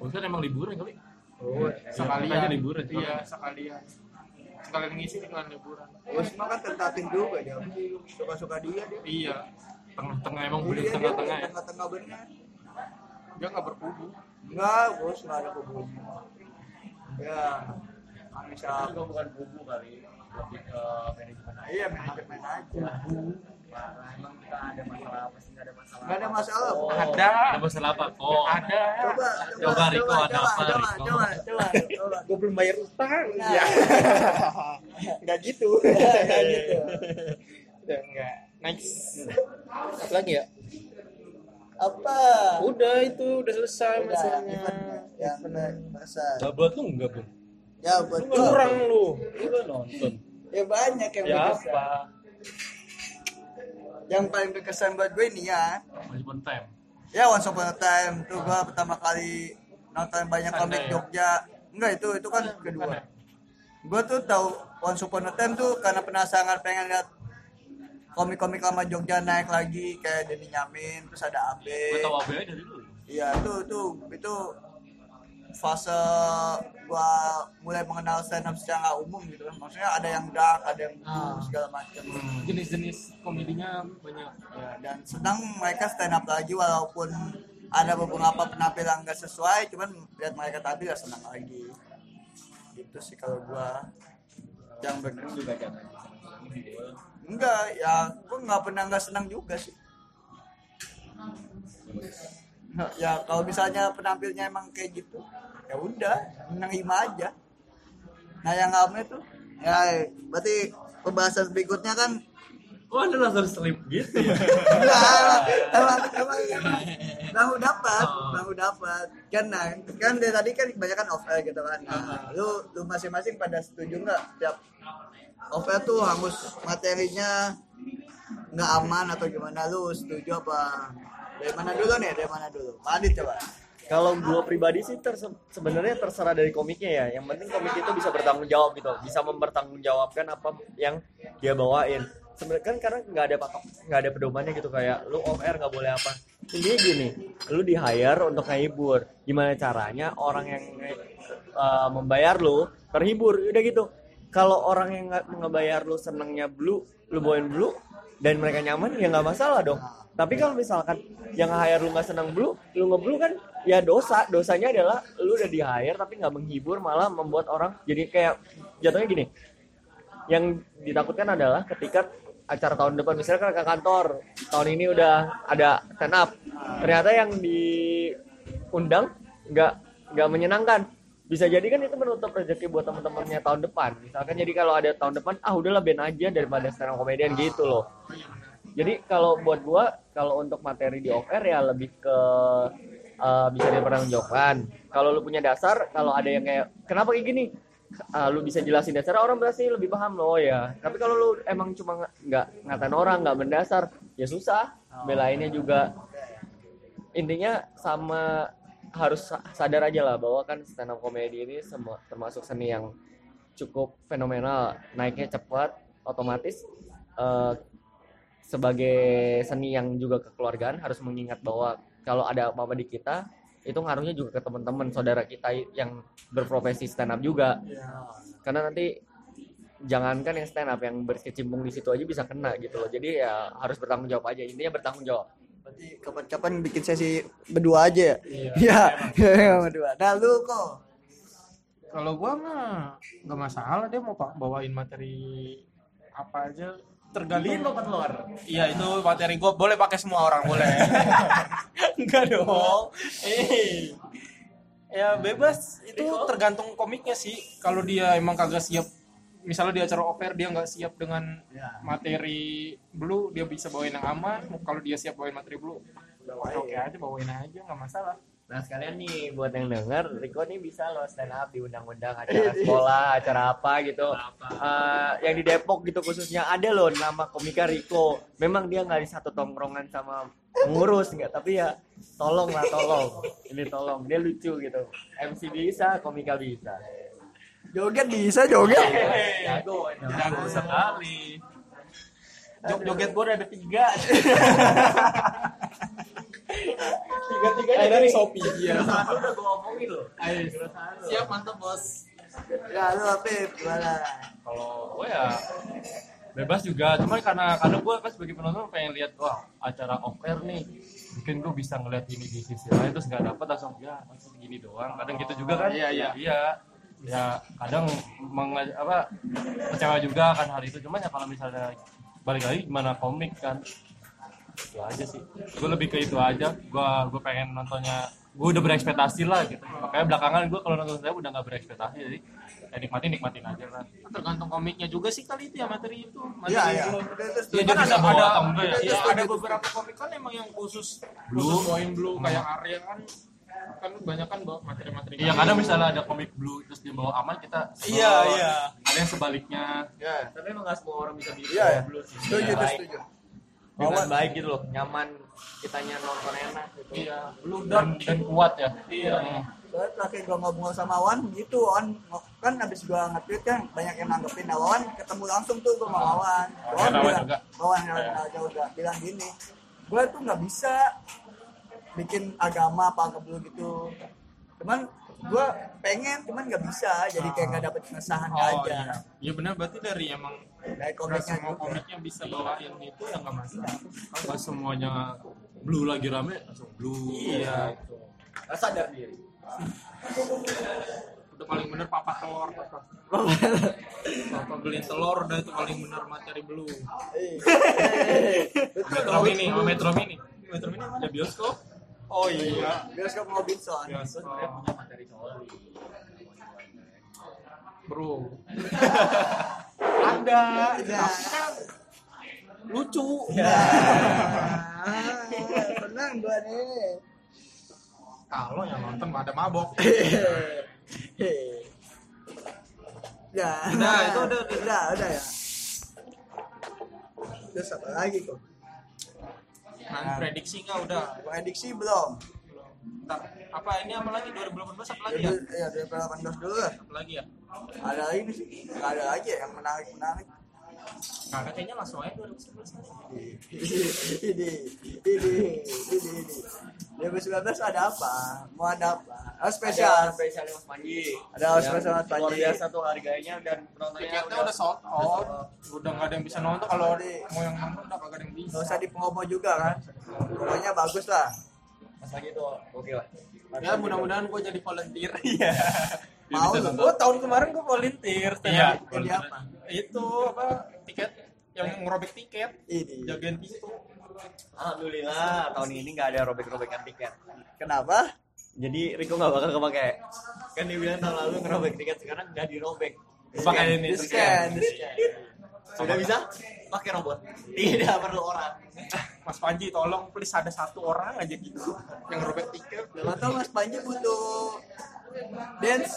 Bukan emang liburan kali oh, Sekalian. makanya liburan. Iya, sekalian. Sekalian ngisi sekalian liburan. Bos mah kan tentatif juga dia suka-suka dia dia Iya. tengah-tengah emang beli Iya, dia tengah-tengah ya tengah-tengah benar Dia nggak berkubu. enggak bos enggak ada kubunya ya Anissa itu bukan buku kali lebih ke manajemen aja iya manajemen aja Parah, emang kita ada masalah apa sih nggak ada masalah enggak ada masalah Oh. Ada. ada masalah apa Oh, kok Ada. coba Coba, Riko, coba ada apa, coba Riko? coba coba coba gue belum bayar utang *laughs* Iya. nggak gitu Nggak gitu. udah nggak nice apa lagi ya apa udah itu udah selesai udah masalahnya event yang masa Lah, buat lu enggak bu ya buat gua, kurang lu lu kan nonton ya banyak yang ya berkesan. apa yang paling berkesan buat gue ini ya masih pun time ya Once Upon a Time tuh gua pertama kali nonton banyak Anda komik ya? Jogja enggak itu itu kan kedua gua tuh tahu Once Upon a Time tuh karena penasaran pengen lihat komik-komik lama Jogja naik lagi kayak Denny Nyamin terus ada gue Abe tahu apa dari dulu iya tuh tuh itu fase gua mulai mengenal stand up secara umum gitu kan maksudnya ada yang dark ada yang Ah. blue, segala macam Hmm. Jenis-jenis komedinya banyak. Ya, dan senang mereka stand up lagi walaupun ada beberapa penampilan nggak sesuai cuman lihat mereka tadi ya senang lagi gitu sih kalau gua yang bener ya? juga jangan enggak ya gua nggak pernah nggak senang juga sih ya kalau misalnya penampilnya emang kayak gitu ya udah menerima aja nah yang nggak tuh ya berarti pembahasan berikutnya kan kok anda langsung slip gitu ya Enggak, emang, emang, emang, baru dapat, baru dapat. Kan, nah, kan dari tadi kan kebanyakan offer gitu kan. Nah, lu, lu masing-masing pada setuju nggak setiap offer tuh hangus materinya nggak aman atau gimana lu setuju apa? Dari mana dulu nih? Dari mana dulu? Madit coba. kalau gua pribadi sih terse- sebenarnya terserah dari komiknya ya yang penting komik itu bisa bertanggung jawab gitu bisa mempertanggungjawabkan apa yang dia bawain sebenarnya kan karena nggak ada patok nggak ada pedomannya gitu kayak lu off air nggak boleh apa intinya gini lu di hire untuk ngehibur gimana caranya orang yang eh, membayar lu terhibur udah gitu kalau orang yang nggak ngebayar lu senengnya blue lu bawain blue dan mereka nyaman ya nggak masalah dong tapi kalau misalkan yang hire lu nggak senang blue lu nge-blue kan ya dosa dosanya adalah lu udah di hire tapi nggak menghibur malah membuat orang jadi kayak jatuhnya gini yang ditakutkan adalah ketika acara tahun depan misalnya kan ke kantor tahun ini udah ada stand up ternyata yang diundang nggak nggak menyenangkan bisa jadi kan itu menutup rezeki buat teman-temannya tahun depan misalkan jadi kalau ada tahun depan ah udahlah band aja daripada stand up komedian gitu loh jadi kalau buat gua kalau untuk materi di off air ya lebih ke eh, bisa dipertanggungjawabkan kalau lu punya dasar kalau ada yang kayak kenapa kayak gini Ah, lu bisa jelasin dasar orang pasti lebih paham loh ya tapi kalau lu emang cuma nge- nggak ngatain orang nggak mendasar ya susah belainnya juga intinya sama harus sa- sadar aja lah bahwa kan stand up comedy ini semua termasuk seni yang cukup fenomenal naiknya cepat otomatis eh, sebagai seni yang juga kekeluargaan harus mengingat bahwa kalau ada apa-apa di kita itu ngaruhnya juga ke teman-teman saudara kita yang berprofesi stand up juga karena nanti jangankan yang stand up yang berkecimpung di situ aja bisa kena gitu loh jadi ya harus bertanggung jawab aja intinya bertanggung jawab Berarti kapan-kapan bikin sesi berdua aja ya? Iya, iya, *laughs* berdua. Nah, lu kok Kalau gua mah nggak masalah dia mau pak- bawain materi apa aja tergantung lompat luar. Iya itu materi gue boleh pakai semua orang *laughs* boleh. Enggak dong. Eh. Ya bebas itu tergantung komiknya sih. Kalau dia emang kagak siap misalnya di acara oper dia nggak siap dengan materi blue dia bisa bawain yang aman kalau dia siap bawain materi blue ya oke aja bawain aja nggak masalah Nah sekalian nih buat yang denger, Riko nih bisa loh stand up diundang-undang *laughs* acara sekolah, acara apa gitu. Eh, yang di Depok gitu khususnya ada loh nama komika Riko. Memang dia nggak di satu tongkrongan sama pengurus nggak, tapi ya tolong lah tolong. Ini tolong, dia lucu gitu. MC bisa, komika bisa. joget bisa joget? Jago, jago sekali joget gue udah ada tiga tiga tiganya dari shopee Iya. ya udah gue omongin loh. siap mantap bos Ya, lu Apip, gimana? kalau gue ya bebas juga cuman karena karena gue kan sebagai penonton pengen lihat wah acara offer nih mungkin gue bisa ngeliat ini di sisi lain terus nggak dapet langsung ya masih gini doang kadang gitu juga kan Iya, iya. iya ya kadang meng, apa kecewa juga kan hal itu cuman ya kalau misalnya balik lagi gimana komik kan itu aja sih gue lebih ke itu aja gue gue pengen nontonnya gue udah berekspektasi lah gitu makanya belakangan gue kalau nonton saya udah nggak berekspektasi jadi ya nikmatin nikmatin aja lah tergantung komiknya juga sih kali itu ya materi itu materi Iya, iya. itu. Terus Ya, terus- kan dia ada bisa bawa ada, atau enggak ya? iya, Iya, ada iya. beberapa komik kan emang yang khusus Blue. Hmm. khusus poin blue kayak Arya kan Nah, kan banyak kan bawa materi-materi Iya kadang misalnya ada komik blue terus dia bawa aman kita iya bawa. iya ada yang sebaliknya Iya, Tapi emang nggak semua orang bisa bisa Iya, ya. dulu sih. setuju, Dengan tuh, baik. setuju. Dengan baik gitu loh, nyaman kitanya nonton enak gitu. iya blue dan, dot dan kuat ya iya Soalnya terakhir gua ngobrol sama Wan gitu, Wan kan abis gua nge-tweet kan banyak yang nanggepin nah Wan ketemu langsung tuh gua Nah, sama Wan. Oh, Wan iya, Wan bilang, juga. Wan Wan Iya. jauh juga bilang gini, gua tuh nggak bisa bikin agama apa kebelu gitu. Cuman gua pengen, cuman nggak bisa, jadi kayak nggak dapet pengesahan oh aja. iya iya benar berarti dari emang Dari nggak komiknya semua juga. komiknya bisa bawain itu ya nggak masalah pas semuanya blue lagi rame langsung blue iya Sadar diri. udah paling bener papa telur papa papa beliin telur udah itu paling bener materi blue metro mini sama metro mini metro mini ada bioskop oh iya *laughs* Bioskop Robinson. biasa Eh. bro *laughs* ada Iya. Ya. lucu Ah, Iya. Tenang Iya. gua nih. *laughs* kalau yang nonton nggak ada *laughs* mabok Iya. ya. Nah, Udah, itu udah, udah, udah, udah ya. Terus apa lagi kok? nah prediksi nggak udah Prediksi belum? Ntar, apa ini apa lagi 2018 apa lagi Ya, ya du- ya dari delapan dulu lah. apa lagi ya Ada lagi nih sih? Nggak ada lagi ya yang menarik menarik. nggak ada kayaknya langsung aja 2019 kali ini, ini, ini, ini, ini. 2019 ada apa? Mau ada apa? Oh, spesial. spesial Mas Panji. Ada spesial Mas Panji. Luar biasa tuh harganya dan penontonnya tiketnya udah sold out udah nggak ada yang bisa nonton kalau ada- mau yang nonton udah kagak ada yang bisa Nggak usah di pengomo juga kan? Pokoknya bagus lah. Mas Panji tuh oke lah. Mas ya Panji mudah-mudahan gue jadi volunteer iya Mau bisa lu? gue tahun kemarin gue volunteer stand Iya. up. Jadi apa? itu Oh, apa tiket yang ngerobek tiket Ini. jagain pintu tuh, Alhamdulillah tahun ini nggak ada robek-robekan tiket. Kenapa? Jadi Riko nggak bakal kepake. Kan dia bilang tahun lalu ngerobek tiket sekarang nggak dirobek. pakai Di ini scan, di scan. Sudah bisa pakai robot. Tidak perlu orang. Mas Panji tolong please ada satu orang aja gitu yang ngerobek tiket Gak tau Mas Panji butuh dance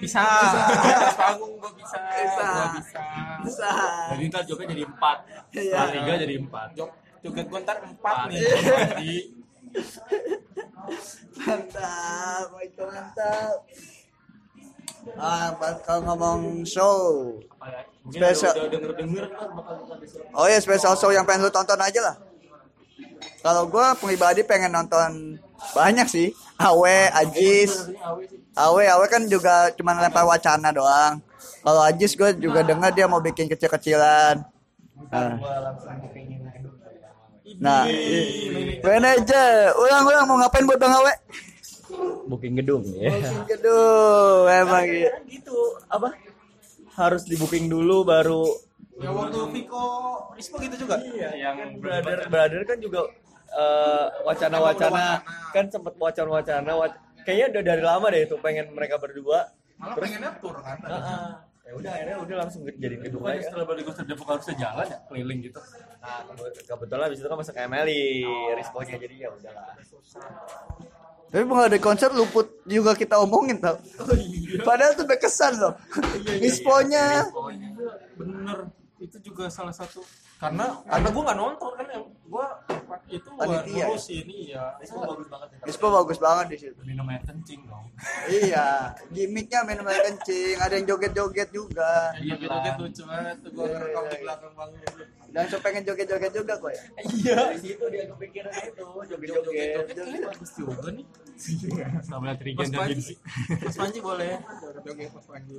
bisa di atas panggung gue bisa Bisa. Gua bisa bisa. jadi ntar jobnya jadi empat Iya. setelah tiga jadi empat Jog joget gue ntar empat nih jadi Mantap, itu mantap. Ah, ba- kalau ngomong show, apa ya, Mungkin Special. udah, udah denger-denger kan bakal ada siapa. Oh ya special show yang pengen lu tonton aja lah. Kalau gue pribadi pengen nonton banyak sih. Awe, Ajis. Sebenarnya Awe sih. Awe, Awe kan juga cuma lempar wacana doang. Kalau Ajis gue juga dengar dia mau bikin kecil-kecilan. Nah, nah i- manajer, ulang-ulang mau ngapain buat Bang Awe? booking gedung ya Aduh, emang gitu. gitu apa harus di booking dulu baru Ya waktu Viko Rispo gitu juga. yang brother brother kan juga eh, wacana-wacana kan sempet wacana-wacana wac- kayaknya udah dari lama deh itu pengen mereka berdua Malah pengennya tour kan. Ah, ah. ya udah akhirnya udah langsung jadi gedung Bukannya aja setelah balik gue Depok harusnya jalan ya keliling gitu. nah kebe- kebetulan abis itu kan masuk Emily responnya jadi ya udahlah Tapi kalau ada konser luput juga kita omongin tau. Oh, iya. Padahal tuh berkesan loh. Risponnya. Bener. Itu juga salah satu karena karena gue nggak nonton kan yang gue itu gua Panitia ya? ngurus ini ya bagus banget ya. Rispo bagus banget di situ. Minum air kencing dong. iya, gimmicknya main main kencing, ada yang joget-joget juga. Iya joget kan? lucu banget tuh gue Iya, ngerekam iya, di iya. belakang bangun Dan so pengen joget-joget juga kok ya. Iya. dari situ dia kepikiran itu joget-joget Kayaknya bagus juga nih Iya. Sama lihat Mas Rigen dan Panji Jinsi. Mas Panji boleh joget Mas Panji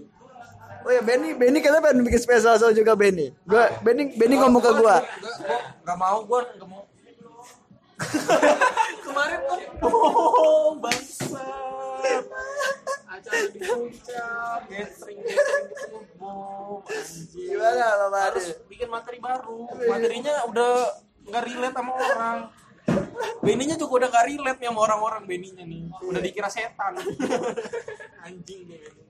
Oh ya Benny, Benny kita pengen bikin spesial show juga Benny. Gua Benny Benny ngomong ke gua. Gua- gua nggak mau gue nggak mau *laughs* kemarin kan oh bangsa acara di puncak gathering gathering gitu bom anjir Gimana Pak Bade? harus bikin materi baru materinya udah nggak relate sama orang Beninya juga udah nggak relate nih sama orang-orang Beninya nih udah dikira *laughs* setan anjing nih Benny.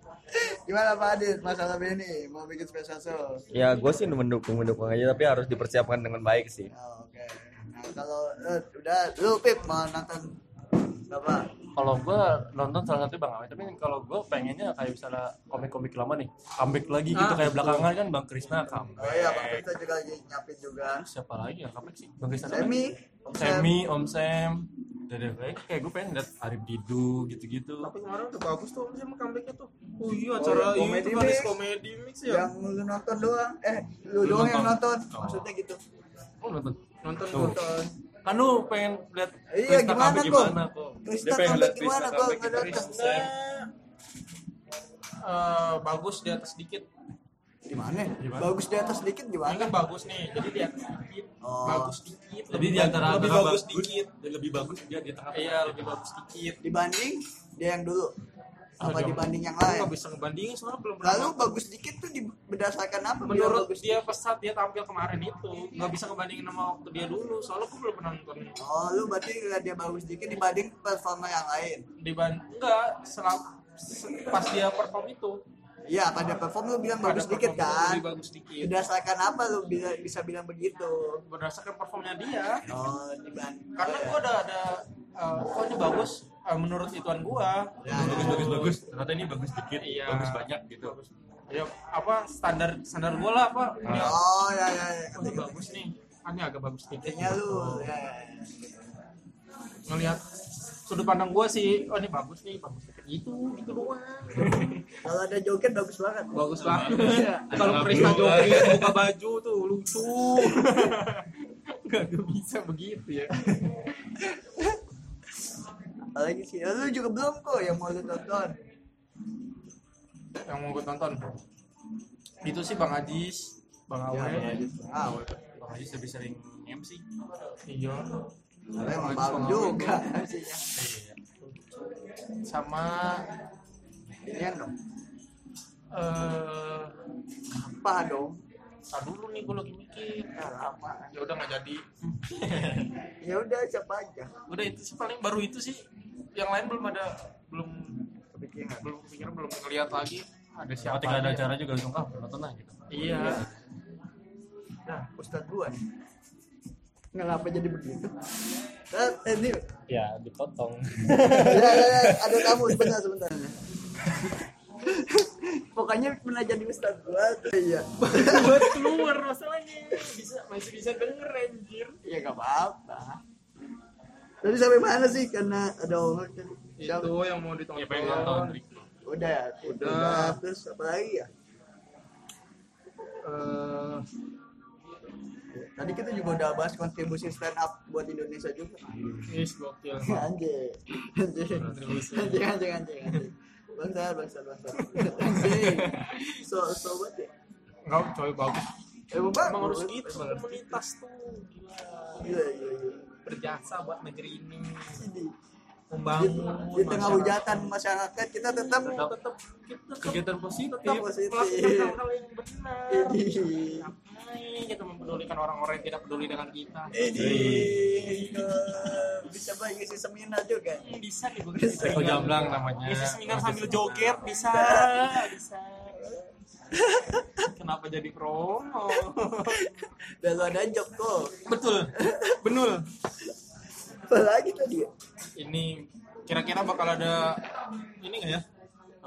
Gimana Pak Adit masalah Benny mau bikin spesial show? ya gue sih mendukung mendukung aja tapi harus dipersiapkan dengan baik sih Oh, Oke. Nah kalau eh, udah lu Pip mau nonton apa? Kalau gue nonton salah satu Bang Awe, tapi kalau gue pengennya kayak misalnya komik-komik lama nih, comeback lagi gitu Ah, kayak belakangan kan Bang Krisna Oh comeback. iya Bang Pip juga lagi nyapin juga. Terus siapa lagi yang ya, comeback sih? Bang Krisna. comeback. Semi, Om Semi, Om Sam. Dari kayak kayak gue pengen liat Arif Didu gitu-gitu. tapi kemarin udah bagus tuh sama comebacknya tuh oh iya acara yang ini comedy tuh kan mix. komedi mix ya yang lu nonton doang eh lu, Lu doang yang nonton nonton. Oh. maksudnya gitu Oh nonton. nonton Tuh. nonton Kan lu pengen lihat Iya, Krishna gimana, comeback Ko? gimana kok? Krishna comeback gimana, Ko? Nggak datang. Eh, bagus di atas sedikit gimana Gimana? bagus di atas sedikit ini gimana kan bagus nih jadi di atas sedikit Oh. bagus dikit Jadi lebih di antara lebih antara bagus bagus dikit dan lebih bagus dia di tengah. iya lebih bagus dikit dibanding dia yang dulu apa Aduh. dibanding yang Gue Ah, nggak lain bisa ngebandingin soalnya belum pernah lalu nonton. bagus dikit tuh di- berdasarkan apa biar menurut bagus dia pesat dia tampil kemarin itu nggak bisa ngebandingin sama waktu dia dulu soalnya gue belum pernah nonton dikit? oh lu berarti ngeliat dia bagus dikit dibanding performa yang lain dibanding enggak selam se- pas dia perform itu iya pada perform lu bilang bagus Ah, Pada dikit perform itu kan lebih bagus dikit berdasarkan apa lu bila- bisa bilang begitu berdasarkan performnya dia oh dibanding karena oh, ya. gue udah ada eh, kok ini bagus eh, menurut ituan gue Ya, Bagus bagus bagus. Ternyata ini bagus dikit, Iya. bagus banyak gitu. ya apa standar standar gue lah apa ini oh ya ya ya oh, ini bagus nih Ah, ini agak bagus dikit kayaknya lu ya, ya, ya. ngelihat sudut pandang gue sih oh ini bagus nih bagus dikit itu gitu doang kalau ada joget bagus banget bagus banget Iya. kalau Krista Jogi buka baju tuh lucu *laughs* nggak nggak bisa begitu ya Apalagi sih, ya, lu juga belum kok yang mau lu tonton. yang mau gue tonton itu sih Bang Ajis Iya, Bang Awe Ah, Bang Haji lebih sering MC. iya tapi emang bagus juga. sama Iya dong. eh Apa dong? tar dulu nih gue lagi mikir Ya, lama. ya udah nggak jadi Ya udah siapa aja. udah itu sih paling baru itu sih yang lain belum ada belum Kepikiran. belum kepikiran belum ngeliat lagi Oh, ada Siapa siapa tidak ada aja. acara juga langsung ah nonton lah gitu. iya Nah, Ustaz gua nih. Kenapa jadi begitu? Eh, eh, ini. ya dipotong Ya, ya, ya, ada tamu sebentar sebentar. Pokoknya pernah jadi ustaz gua tuh iya. buat keluar masalahnya bisa masih bisa denger anjir Ya gak apa-apa. Tadi sampai mana sih? Karena ada orang kan. itu yang mau ditonton Siapa yang nonton? Udah, ya? udah. Terus apa lagi ya? eh, tadi kita juga udah bahas kontribusi stand up buat Indonesia juga. Is gokil. Anjing. Anjing. Anjing anjing anjing. anjing. Bangsat, bangsat, bangsat. Anjing. So so what ya? Enggak, coy bagus. Eh, Bapak, Emang harus bagus. gitu komunitas tuh. Gila. Iya, iya, iya. Berjasa buat negeri ini, Di, di, membangun di tengah masyarakat. hujatan masyarakat kita tetap Tetap tetap kita kegiatan positif. tetap positif. *laughs* melakukan hal-hal yang benar. Ini. Ngapain kita mempedulikan orang-orang yang tidak peduli dengan kita? Ini Oh, bisa bagi isi seminar juga. Hmm, Bisa nih gue Bisa. Kau jamblang namanya. Isi seminar sambil joget bisa. Bisa. Kenapa jadi promo? Dan lu ada job kok. Betul. Benul. Apa lagi tadi? ya? Ini kira-kira bakal ada ini nggak ya?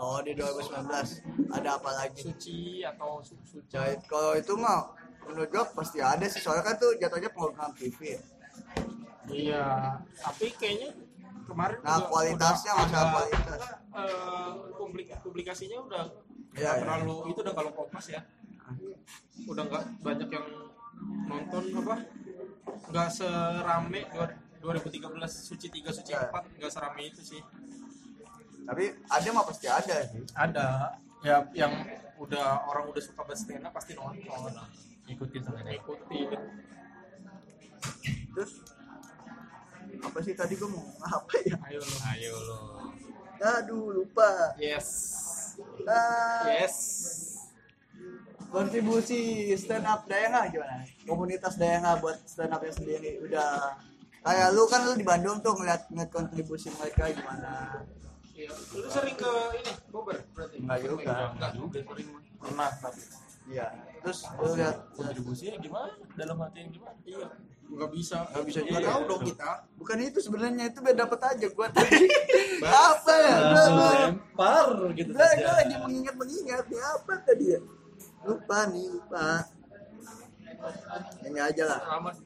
Oh, di 2019 ada apa lagi? Suci atau su- suci? Coy, kalau itu mah menurut gua pasti ada sih soalnya kan tuh jatuhnya program TV ya. Iya. Tapi kayaknya kemarin Nah, udah- kualitasnya udah masalah ada- kualitas. eh, publik- publikasinya udah Iya, iya. nggak terlalu itu udah kalau kopas ya udah nggak banyak yang nonton apa nggak serame dua- 2013 suci 3 suci Iya. 4 nggak serame itu sih Tapi ada mah pasti ada sih. ada ya yang udah orang udah suka banget stand up pasti nonton Ikutin sama dia. ikuti Terus apa sih tadi gua mau apa ya? ayo lo Ayo lo. Aduh, lupa. yes Ah, yes kontribusi stand up Dayanga gimana? Komunitas Dayanga buat stand upnya sendiri udah kayak lu kan lu di Bandung tuh ngeliat ngeliat kontribusi mereka gimana? Iya. lu sering ke ini Bogor berarti Enggak juga. Enggak juga sering. mah. pernah tapi Iya. Terus lu lihat Kontribusinya gimana? Dalam hati yang gimana? iya nggak bisa Nggak bisa juga. Nggak tahu dong kita bukan itu sebenarnya itu beda dapat aja gua *laughs* tadi. apa ya? Gua, gua, lempar gitu gua, gua lagi mengingat mengingat nih apa tadi ya? Lupa nih lupa. Ini aja lah. lama sih.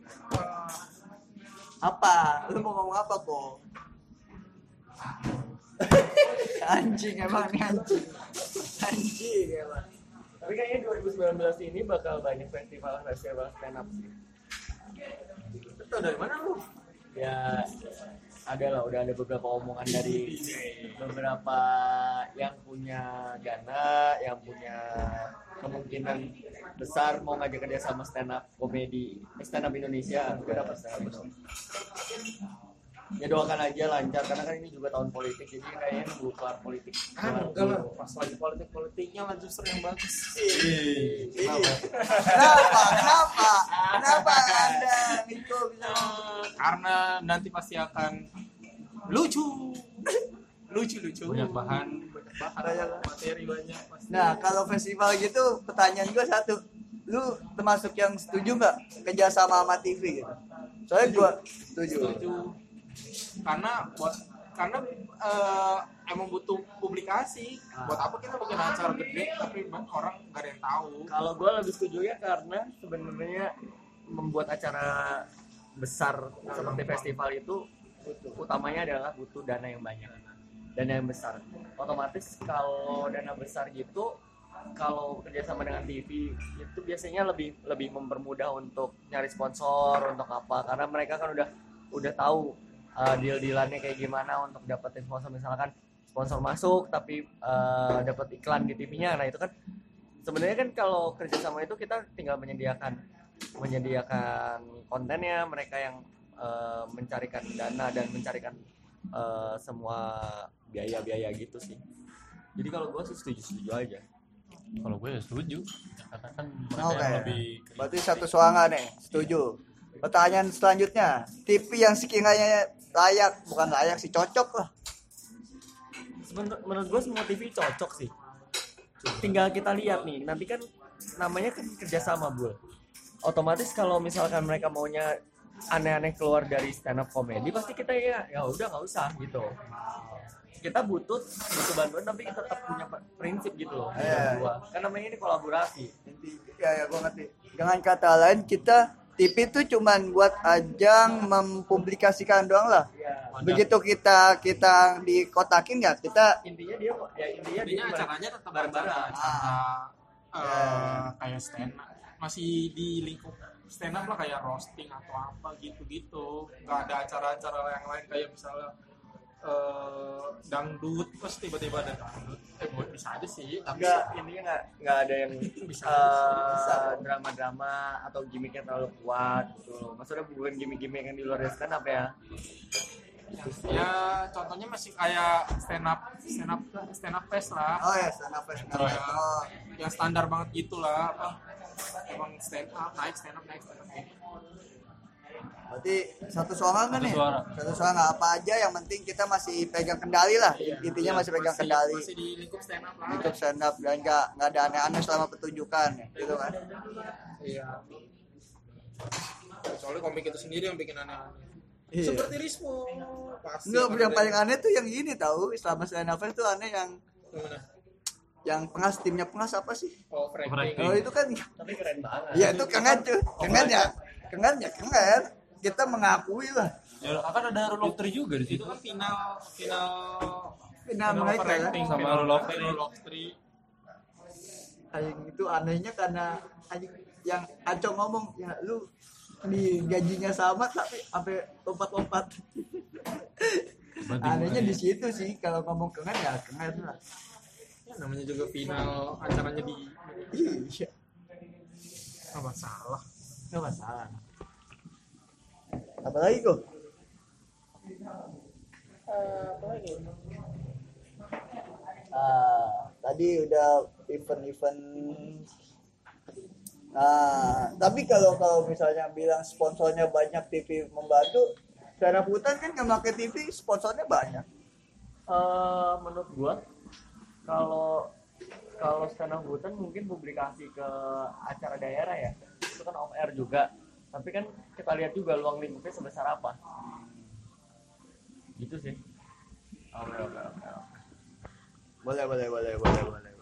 Apa? Lu mau ngomong apa kok? *laughs* anjing emang nih anjing. Anjing emang. Tapi kayaknya 2019 ini bakal banyak festival-festival stand up sih. Tahu dari mana lu? Ya ada lah udah ada beberapa omongan dari beberapa yang punya dana, yang punya kemungkinan besar mau ngajak kerja sama stand up komedi eh, stand up Indonesia bukan apa stand up Indonesia. ya doakan aja lancar karena kan ini juga tahun politik jadi kayaknya nunggu kelar politik Kan kelar enggak lah, dulu. pas lagi politik-politiknya lah justru yang bagus. Kenapa? Kenapa? Kenapa? *laughs* Kenapa Anda itu bisa Eh, karena nanti pasti akan lucu. Lucu-lucu. Banyak bahan. Banyak bahan. Banyak. Materi banyak pasti. Nah, kalau festival gitu pertanyaan gue satu. Lu termasuk yang setuju nggak kerja sama sama TV gitu? Soalnya gue setuju. Setuju. Karena buat karena eh, emang butuh publikasi. Ah. Buat apa kita bikin acara gede tapi orang nggak ada yang tahu. Kalau gue lebih setuju ya karena sebenarnya membuat acara besar seperti festival itu utamanya adalah butuh dana yang banyak, dana yang besar. Otomatis kalau dana besar gitu, kalau kerjasama dengan TV itu biasanya lebih lebih mempermudah untuk nyari sponsor untuk apa? Karena mereka kan udah udah tahu uh, deal-dealannya kayak gimana untuk dapetin sponsor misalkan sponsor masuk tapi uh, dapat iklan di TV-nya. Nah itu kan sebenarnya kan kalau kerjasama itu kita tinggal menyediakan menyediakan kontennya mereka yang eh, mencarikan dana dan mencarikan eh, semua biaya-biaya gitu sih jadi kalau gue sih setuju-setuju aja Kalau gue ya setuju. Karena kan mereka Oke. yang lebih Berarti satu suanga nih, setuju. Pertanyaan selanjutnya, TV yang sekiranya layak, bukan layak sih, cocok lah. Sebentar- menurut gue semua TV cocok sih tinggal kita lihat nih nanti kan namanya kan kerjasama bul otomatis kalau misalkan mereka maunya aneh-aneh keluar dari stand up comedy pasti kita ya ya udah nggak usah gitu kita butuh butuh bantuan tapi kita tetap punya prinsip gitu loh Iya. menurut gua. kan namanya ini kolaborasi Ya, ya, gue ngerti. Dengan kata lain, kita TV itu cuman buat ajang mempublikasikan doang lah. Begitu kita kita dikotakin ya, kita intinya dia ya intinya, dia Intinya acaranya tetap Ah. acara bareng-bareng. acara Ah. eh, kayak stand up masih di lingkup stand up lah kayak roasting atau apa gitu-gitu nggak ada acara-acara yang lain kayak misalnya eh, dangdut terus tiba-tiba ada dangdut eh buat bisa aja sih tapi nggak ini nggak nggak ada yang Bisa, eh, bisa. drama-drama atau gimmicknya terlalu kuat gitu loh. maksudnya bukan gimmick-gimmick yang di luar dari stand up ya ya contohnya masih kayak stand up stand up stand up fest lah Oh ya, stand up stand up. Iya. Oh, yang standar banget gitulah apa emang stand up naik stand up naik stand up berarti satu suara kan Satu nih? suara. Satu suara nggak apa aja, yang penting kita masih pegang kendali lah. Iya, Intinya masih pegang kendali. masih di lingkup stand up lah Untuk stand up dan nggak nggak ada aneh-aneh selama pertunjukan, gitu kan? iya soalnya komik itu sendiri yang bikin aneh-aneh Iya. seperti Rismo pasti Nggak, kan yang ada- paling aneh tuh yang ini tahu selama stand up itu aneh yang Gimana? yang pengas timnya pengas apa sih? oh Frankie Frankie. Kalau itu kan tapi keren banget ya itu kengan tuh, kengan ya, kengan ya kengan. Kita mengakui lah Ya, kan ada rule of three juga di itu situ. kan final final Final mereka, ya? overacting Sama final Rule of overacting, Three. Rule of Three. Aing itu anehnya karena anjing yang Aco ngomong ya lu di gajinya sama tapi sampai lompat-lompat. Berarti Anehnya bukan di ya. situ sih kalau ngomong kengan ya kengan lah. Ya, namanya juga final acaranya di Iya, apa salah nggak masalah apalagi kok. Ah, tadi udah event-event Nah, tapi kalau kalau misalnya bilang sponsornya banyak TV membantu, cara hutan kan nggak pakai TV, sponsornya banyak. Eh, menurut gua kalau kalau stand up Hutan mungkin publikasi ke acara daerah ya itu kan off air juga tapi kan kita lihat juga luang lingkupnya sebesar apa gitu sih oke oke oke Boleh, boleh, boleh, boleh, boleh. boleh.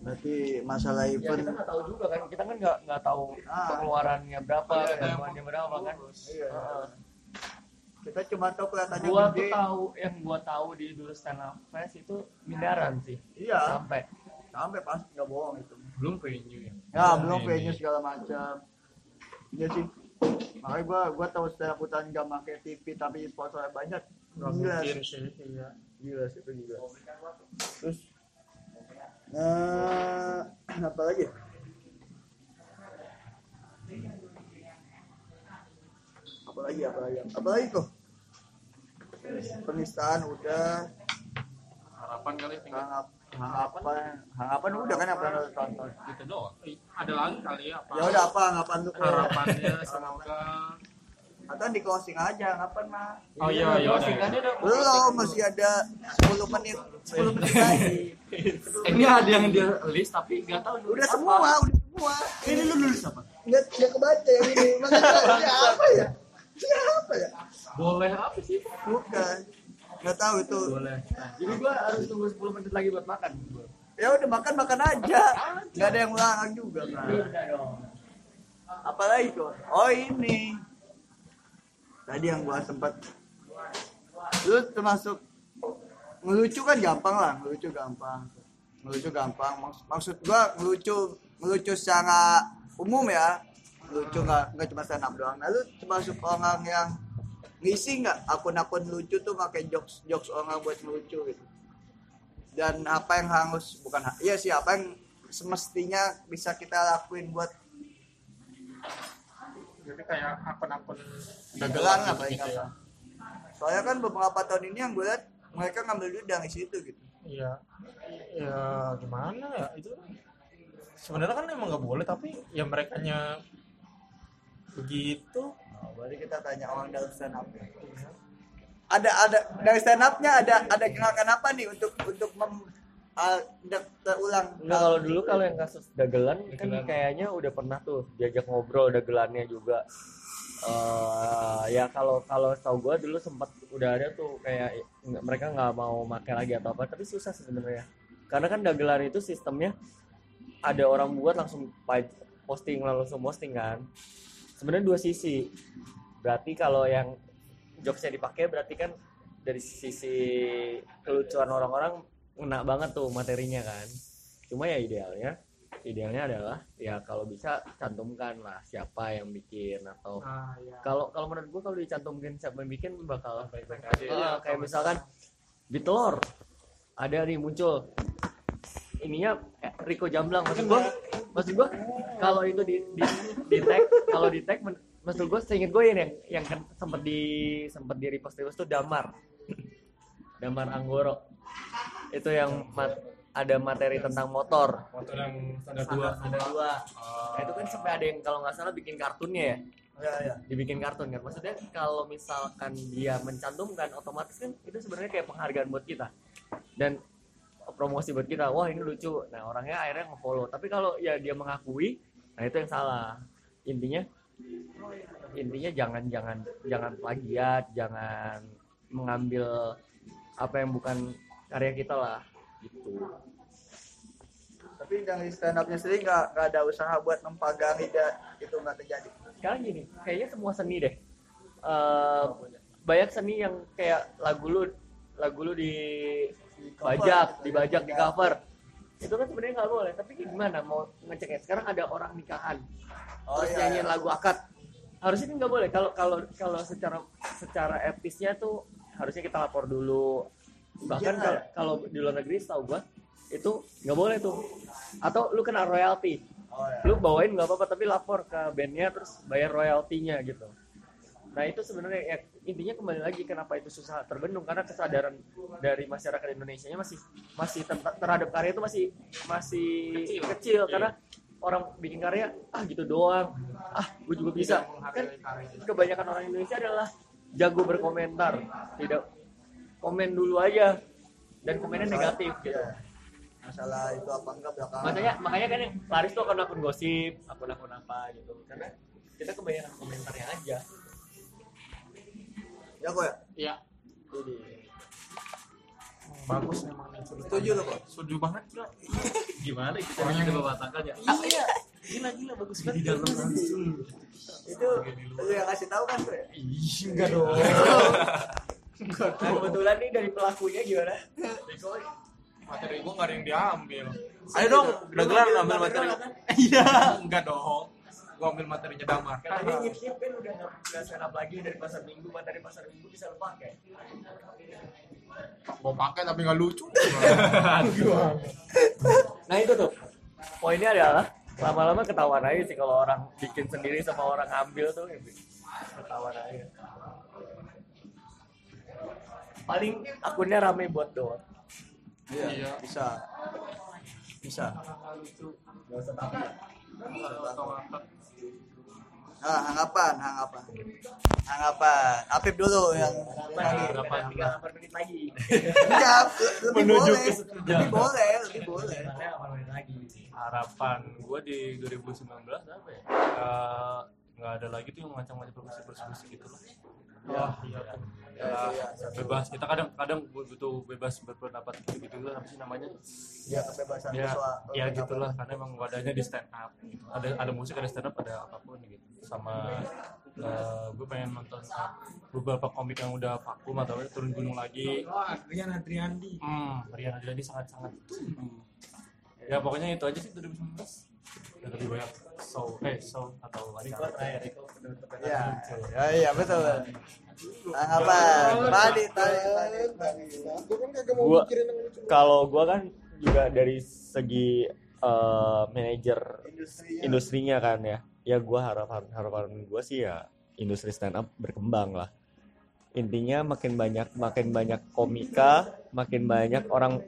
Berarti masalah ya kita event nggak tahu juga kan kita kan nggak nggak tahu Ah. pengeluarannya berapa Iya, iya. pengeluarannya berapa kan Iya. Heeh. kita cuma tahu kelihatannya gua tuh gede. tahu yang gua tahu di dulu stand up fest itu miliaran sih Iya, sampai sampai pasti nggak bohong itu. belum venue Iya, ya. Ya, belum ini. venue segala macam. Iya sih. Makanya gua gua tahu stand up hutan nggak pakai TV tapi sponsornya banyak. Gila sih. mungkin sih iya gila sih itu gila terus nah apa lagi apa lagi apa lagi apa lagi kok penistaan udah harapan kali tinggal hangap harapan harapan udah kan apa yang lo tonton gitu doang Eh, ada lagi kali ya apa ya udah apa harapan lu kok harapannya semoga atau di closing aja harapan mah oh iya iya Gua udah, singkatnya udah belum masih ada 10 menit 10 menit lagi Eh, ini ada yang dia list tapi nggak tahu udah semua udah semua ini lu nulis apa nggak nggak kebaca yang ini *laughs* makanya siapa ya siapa ya boleh apa sih bukan nggak tahu itu Jadi gua harus tunggu 10 menit lagi buat makan. ya udah makan makan aja nggak ada yang larang juga kan Iya, Udah dong. apalagi kok oh ini tadi yang gua sempat lu termasuk ngelucu kan gampang lah ngelucu gampang ngelucu gampang Maks- maksud gua ngelucu ngelucu secara umum ya lucu nggak nggak cuma stand up doang nah lu termasuk orang yang ngisi nggak akun-akun lucu tuh pakai jokes jokes orang buat ngelucu gitu dan apa yang harus bukan ha- iya sih apa yang semestinya bisa kita lakuin buat jadi kayak akun-akun dagelan lah paling gitu ya. gampang. Soalnya kan beberapa tahun ini yang gue lihat mereka ngambil duit dari situ gitu. Iya. Ya gimana ya itu sebenarnya kan emang nggak boleh tapi ya mereka nya begitu Oh, berarti kita tanya orang ya? dalam stand up. Ada ada dari stand up-nya ada ada gerakan apa nih untuk untuk mem ah, tidak terulang. Enggak Nah, kalau dulu kalau yang kasus dagelan, kan Dagelan. kayaknya udah pernah tuh diajak ngobrol dagelannya juga. Eh ya kalau kalau tahu gua dulu sempat udah ada tuh kayak nggak- mereka nggak mau pakai lagi atau apa tapi susah sih sebenarnya karena kan dagelan itu sistemnya ada orang buat langsung pa- posting langsung posting kan sebenarnya dua sisi berarti kalau yang jokesnya dipakai berarti kan dari sisi kelucuan orang-orang kena banget tuh materinya kan cuma ya idealnya idealnya adalah ya kalau bisa cantumkan lah siapa yang bikin atau nah ya kalau kalau menurut gua kalau dicantumkan siapa yang bikin bakal baik-baik aja Ah, kayak misalkan di telur ada nih muncul ininya eh, Rico Jamblang maksud gua maksud gua kalau itu di di, di tag kalau di tag men- maksud gua seinget gua ini yang yang kan sempet di sempet di repost repost tuh Damar Damar Anggoro itu yang mat- ada materi tentang motor motor yang standar dua Oh. ada ada dua Nah, itu kan sampai ada yang kalau nggak salah bikin kartunnya ya ya ya dibikin kartun kan maksudnya kalau misalkan dia mencantumkan otomatis kan itu sebenarnya kayak penghargaan buat kita dan promosi buat kita wah ini lucu nah orangnya akhirnya ngefollow tapi kalau ya dia mengakui nah itu yang salah intinya intinya jangan jangan jangan plagiat jangan mengambil apa yang bukan karya kita lah gitu tapi dari stand upnya sendiri nggak nggak ada usaha buat mempagangi dan itu nggak terjadi sekarang gini kayaknya semua seni deh Eh, banyak seni yang kayak lagu lu lagu lu di gitu bajak ya. dibajak di cover itu kan sebenarnya nggak boleh tapi gimana mau ngeceknya sekarang ada orang nikahan Oh, terus iya, nyanyiin iya. lagu akad harusnya kan nggak boleh kalau kalau kalau secara secara etisnya tuh harusnya kita lapor dulu Iya. bahkan kalau kalau di luar negeri tahu gua itu nggak boleh tuh atau lu kena royalti oh ya lu bawain nggak apa-apa tapi lapor ke bandnya terus bayar royaltinya gitu nah itu sebenarnya ya, intinya kembali lagi kenapa itu susah terbendung karena kesadaran dari masyarakat Indonesia masih masih tenta- terhadap karya itu masih masih kecil, Kecil. Iya. karena orang bikin karya ah gitu doang ah gue juga bisa kan menghargai karya kebanyakan orang Indonesia adalah jago berkomentar tidak komen dulu aja dan komennya negatif gitu masalah itu apa enggak belakangan makanya makanya kan yang laris tuh akun-akun gosip akun-akun apa gitu karena kita kebanyakan komentarnya aja ya kok ya Iya. jadi bagus memang nih sudut setuju lo kok setuju banget gila gimana kita bisa coba batangkan ya iya gila gila bagus di dalam langsung itu lu yang kasih tahu kan tuh ya ih enggak dong nah, kebetulan nih dari pelakunya gimana materi gue nggak ada yang diambil Ayo dong, udah gelar ambil materi. iya enggak dong gue ambil materinya damar karena ini ngintip kan udah nggak nggak stand up lagi dari pasar minggu materi pasar minggu bisa lo pakai mau pakai tapi nggak *laughs* lucu nah itu tuh poinnya adalah lama-lama ketahuan aja sih kalau orang bikin sendiri sama orang ambil tuh ketahuan aja paling akunnya rame buat doang iya, Iya. bisa bisa nggak usah takut nah, hanggapan hanggapan hanggapan Apip dulu yang Harapan tinggal delapan menit lagi. Enggak, le- Iya, lebih Menuju boleh, ke lebih boleh, lebih boleh. Harapannya delapan menit lagi. harapan gue di 2019 apa ya Eh, nggak ada lagi tuh yang macam-macam persekusi persekusi gitu lah Wah, iya. ya, bebas kita kadang kadang gua butuh bebas berpendapat gitu gitu lah apa sih namanya Ya kebebasan Iya. ya soal ya gitu. gitulah karena emang wadahnya di stand up gitu. ada ada musik ada stand up ada apapun gitu sama gue pengen nonton uh, beberapa komik yang udah vakum atau turun gunung lagi Adrian Adriandi Hmm, Rian Adriani sangat-sangat. Ya pokoknya itu aja sih 2019. Dan lebih banyak show, eh show atau Riko acara. terakhir, Riko penutup aja. Ya, ya iya betul. Hanggapan, tadi tadi tadi. Gue kan kagak mau Gua- mikirin yang lucu. Kalau gua kan juga dari segi eh, manajer Industri. industrinya kan ya. Ya gua harapan harapan gua sih ya industri stand up berkembang lah. Intinya makin banyak makin banyak komika, makin banyak orang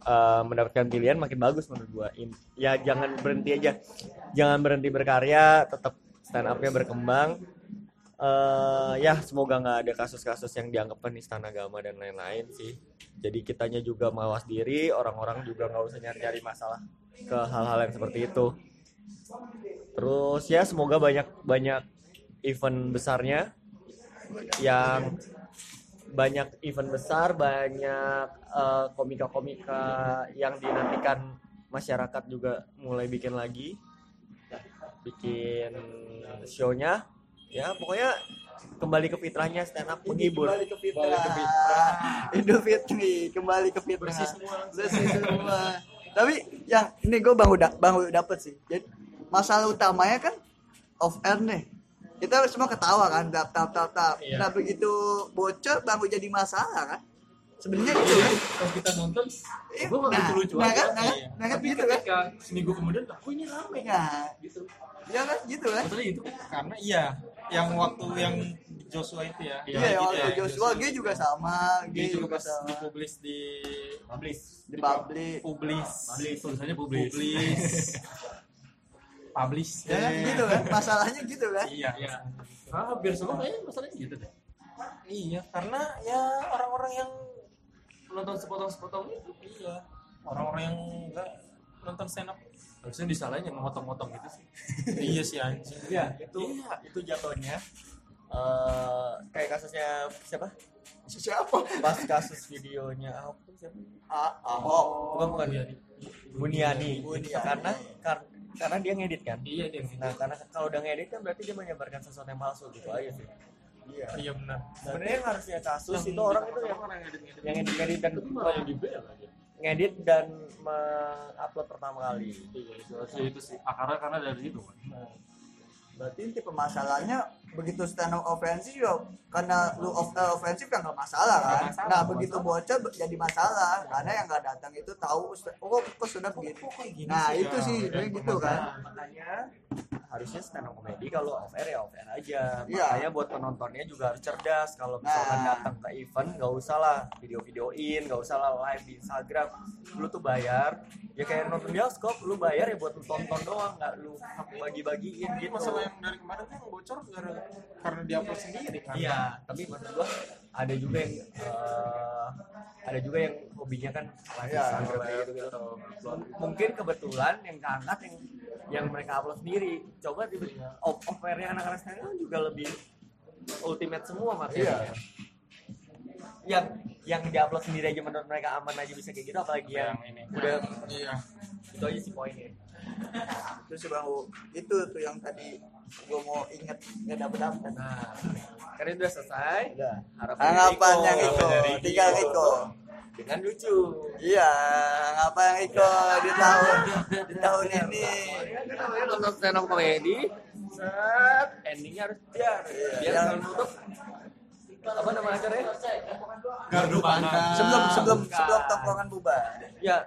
eh, mendapatkan pilihan makin bagus menurut gua. In- ya jangan berhenti aja. Jangan berhenti berkarya, tetap stand up-nya berkembang. eh ya semoga nggak ada kasus-kasus yang dianggap penistaan agama dan lain-lain sih jadi kitanya juga mawas diri orang-orang juga nggak usah nyari-nyari masalah ke hal-hal yang seperti itu terus ya semoga banyak banyak event besarnya yang banyak event besar banyak eh, komika-komika yang dinantikan masyarakat juga mulai bikin lagi bikin shownya ya pokoknya kembali ke fitrahnya stand up menghibur Kembali ke fitrah. Idul Fitri, kembali ke fitrah. Bersih semua. tapi yang ini gue baru da baru dapet sih jadi masalah utamanya kan off air nih kita semua ketawa kan tap tap tap tap Iya. nah begitu bocor baru jadi masalah kan sebenarnya itu Iya, kan Pas kita nonton, Iya, gue nah, lucu-lucu nah aja. kan, nah kan, Iya. nah kan Tapi gitu kan. ketika seminggu kemudian, aku ini rame kan. nah Gitu. ya kan gitu kan Maksudnya itu karena iya, yang waktu yang Joshua itu ya. iya yang gitu waktu Joshua gitu, G juga sama G Dia juga juga pas sama dipublis di Publish. di publik publis Publish tulisannya publish. publis *laughs* publis Eh, ya kan gitu kan masalahnya gitu kan Iya. Iya. Ah, hampir semua kayaknya masalahnya gitu deh. Iya, karena ya orang-orang yang Nonton sepotong-sepotong itu. iya, orang-orang yang enggak nonton stand up. Harusnya disalahin yang motong-motong gitu *laughs* sih. iya sih anjing. Iya, itu itu jatuhnya eh kayak kasusnya siapa? siapa Pas kasus videonya Ahok tuh siapa? ah Oh, Ahok bukan bukan Iya. Buniani. Iya, Buniani. Karena kar- karena dia ngedit kan. Iya, dia. Nah, karena kalau udah ngedit kan berarti dia menyebarkan sesuatu yang palsu gitu aja sih. iya Iya benar. Sebenarnya yang harusnya kasus itu orang itu yang orang ngedit-ngedit. yang ngedit ngedit dan Itu malah yang dibela ya. ngedit dan mengupload pertama kali. Iya, itu harusnya itu sih. Akarnya karena dari itu. kan. berarti inti permasalahannya begitu stand up offensive juga karena lu off eh, offensif ya nggak masalah kan Nggak masalah, nah begitu bocor be- jadi masalah karena yang nggak datang itu tahu "Ustaz, oh kok sudah begini nah itu Ya, sih ya, sebenarnya gitu kan Nah, makanya harusnya stand up comedy kalau off air ya off air aja Iya. makanya buat penontonnya juga harus cerdas kalau misalkan Nah. datang ke event nggak usah lah video-videoin nggak usah lah live di Instagram lu tuh bayar ya kayak nonton bioskop lu bayar ya buat lu tonton doang nggak lu bagi-bagiin Ini gitu masalah yang dari kemarin kan yang bocor gara karena dia upload sendiri kan. Iya, tapi maksud gua ada juga yang eh, ada juga yang hobinya kan live Iya, Instagram kayak gitu, gitu. Mungkin kebetulan yang keangkat yang yang mereka upload sendiri. Coba gitu di op offernya anak-anak sekarang kan juga lebih ultimate semua Iya. materinya. Yang yang diupload sendiri aja menurut mereka aman aja bisa kayak gitu apalagi yang, ini. udah Iya. itu aja sih poinnya. terus baru itu tuh yang tadi gua mau inget nggak dapet dapet Nah, karena udah selesai, udah harapan harapan yang Iko. Iko tinggal Iko dengan lucu. iya harapan yang Iko di tahun di tahun ini Ini namanya nonton stand up comedy set endingnya harus biar biar Iya. kalau nutup apa nama acaranya Gardu pandang. sebelum sebelum bukan. sebelum tongkrongan bubar ya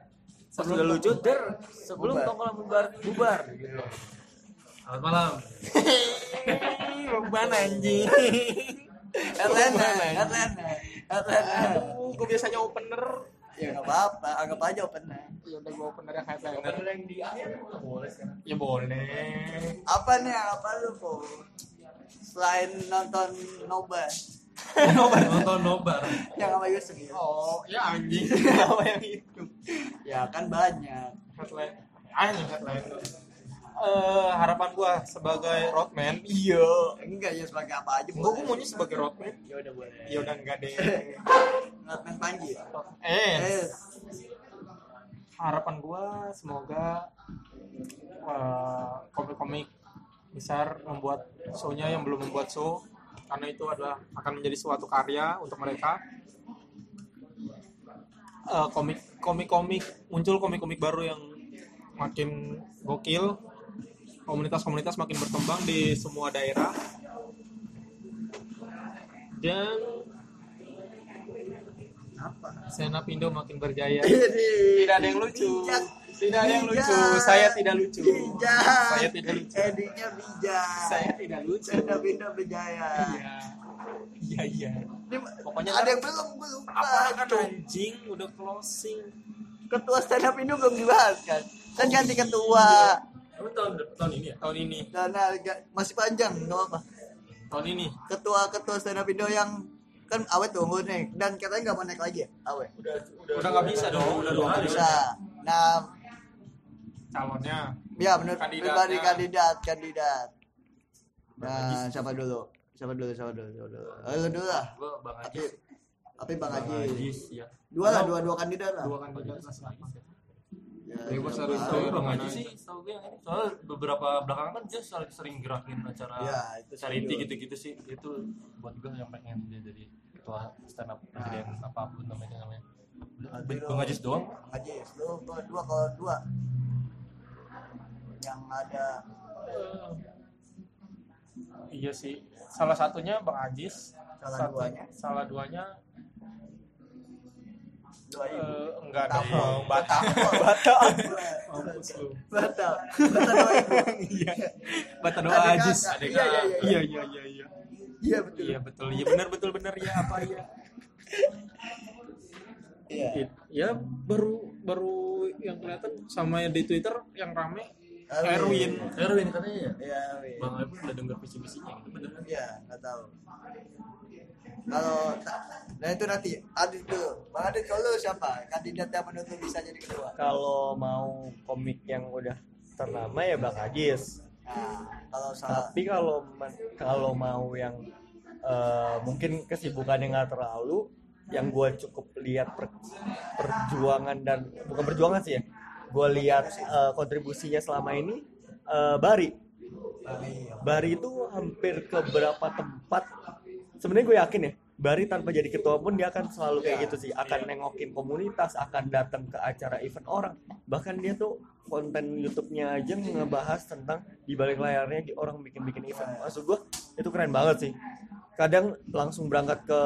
sebelum Sebelum lucu der sebelum Bubar. tongkol bubar bubar gitu Selamat malam. Beban anjing. Iya, Atlanta, Atlanta, Atlanta. gue biasanya opener. Ya nggak apa-apa, anggap aja open. Ya udah gua opener yang headliner. yang di akhir boleh sekarang Ya boleh. Apa nih apa lu kok? Selain nonton *laughs* Nobar Nonton nobar. yang sama Yusuf ya? Oh, ya anjing. Apa yang itu? Ya kan banyak. Headline. Anjing headline tuh. Ah, Eh, harapan gua sebagai roadman. Iya. Enggak ya sebagai apa aja. Gua, gua maunya sebagai roadman. ya udah boleh Ya udah enggak deh. Nonton Panji. ya? Eh, Eh, harapan gua semoga eh, komik-komik besar membuat show-nya yang belum membuat show karena itu adalah akan menjadi suatu karya untuk mereka Eh, komik komik komik muncul komik komik baru yang makin gokil komunitas-komunitas makin berkembang di semua daerah dan apa? Senap Indo makin *clears throat* berjaya Tidak tidak ada yang lucu Bijak. tidak ada yang lucu saya tidak lucu Bijak. Saya tidak lucu. Edinya bijak. saya tidak lucu Benda-benda berjaya. iya iya iya Ini Pokoknya ada kan- yang belum gue lupa. apaan Cuk. anjing udah closing ketua stand up Indo belum dibahas kan kan ganti ketua Kamu tahun tahun ini ya? tahun ini dan harga masih panjang nggak apa tahun ini ketua ketua stand up Indo yang kan awet tunggu nih dan katanya nggak mau naik lagi ya awet Udah udah nggak bisa dong udah dua kali bisa nah calonnya ya menurut Kandidatnya. pribadi kandidat kandidat nah siapa dulu siapa dulu siapa dulu siapa dulu Eh, lu dulu lah Gua Bang tapi Ajis. tapi bang Haji Ajis ya. dua lah dua dua kandidat lah dua kandidat lah selama. Ya, Bebas siapa? harus Tahu Iya, Bang mana Ajis aja. sih, tahu gue yang ini. Soalnya beberapa belakangan kan dia sel- sering gerakin acara Ya, itu charity serius. gitu-gitu Gitu sih. Itu buat gue yang pengen dia jadi ketua stand up presiden apapun namanya namanya. Berarti lu- Bang Ajis doang? Bang Ajis lu gua dua kalau dua yang ada Iya sih. Salah satunya Bang Ajis. Salah Satu- duanya. Salah duanya dua ini eh, enggak ada Batavia. dong. Batak. Batak Mampus lu. Batak Batak dua ibu Iya. Batak doa Adek Ajis. kakak. Adek Iya, iya, kakak. iya. Iya iya iya iya. iya betul Iya betul. Iya benar betul benar ya apa ya. iya It- Ya baru baru yang kelihatan sama yang di Twitter yang rame Erwin. Erwin katanya ya. iya Erwin. Bang Erwin udah denger visi misinya gitu bener. iya nggak tahu kalau ta- nah itu nanti Adit dulu Bang Adit kalau lu siapa kandidat yang menurut lu bisa jadi kedua Kalau mau komik yang udah ternama ya Bang Ajis. nah kalau salah Tapi kalau men- kalau mau yang eh, mungkin kesibukannya nggak terlalu, yang gue cukup lihat per- perjuangan dan bukan perjuangan sih ya, gue lihat eh, kontribusinya selama ini eh, Bari. Bari ya. itu hampir ke berapa tempat. Sebenarnya gue yakin ya, Bari tanpa jadi ketua pun dia akan selalu kayak gitu sih, akan nengokin komunitas, akan datang ke acara event orang. Bahkan dia tuh konten YouTube-nya aja ngebahas tentang di balik layarnya di orang bikin-bikin event. Maksud gue itu keren banget sih. Kadang langsung berangkat ke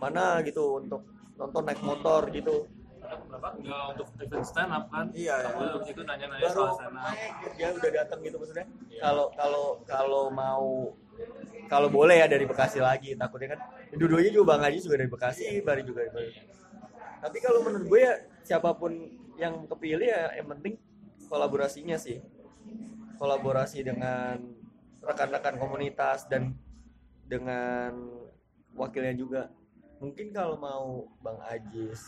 mana gitu untuk nonton naik motor gitu. Kadang berapa? Enggak untuk event stand up kan? Iya, iya. Kalau untuk itu nanya-nanya baru soal stand up. naik dia udah datang gitu maksudnya kalau kalau kalau mau kalau boleh ya dari Bekasi lagi takutnya kan dua-duanya juga Bang Haji juga dari Bekasi Bari juga dari Bekasi. tapi kalau menurut gue ya siapapun yang kepilih ya yang penting kolaborasinya sih kolaborasi dengan rekan-rekan komunitas dan dengan wakilnya juga mungkin kalau mau Bang Ajis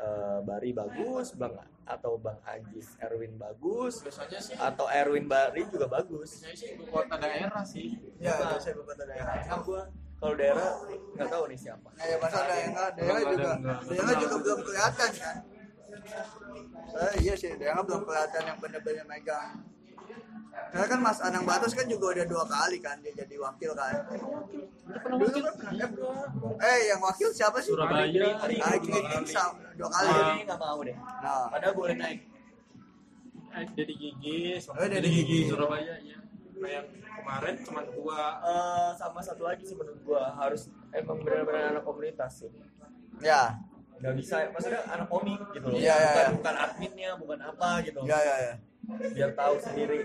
eh, Bari bagus Bang atau Bang Ajis Erwin bagus Biasanya sih atau Erwin Bari juga bagus biasanya sih ibu kota daerah sih. ya saya bapak daerah Nah, gua kalau daerah nggak tahu nih siapa kayak masa daerah daerah Belum ada, juga enggak. daerah juga belum kelihatan kan Eh, iya sih daerah belum kelihatan yang benar-benar megang karena kan Mas Anang Batas kan juga udah dua kali kan dia jadi wakil kan dulu kan pernah eh yang wakil siapa sih Surabaya. Agri dua kali Ini nggak mau deh nah padahal boleh naik Eh, Jadi gigi, Oh, dari gigi Surabaya ya. Nah, yang kemarin cuma dua Eh, sama satu lagi sih menurut gua harus emang benar-benar anak komunitas sih ya nggak bisa maksudnya anak komik gitu loh Iya, iya, bukan, iya. bukan adminnya bukan apa gitu ya ya ya biar tahu sendiri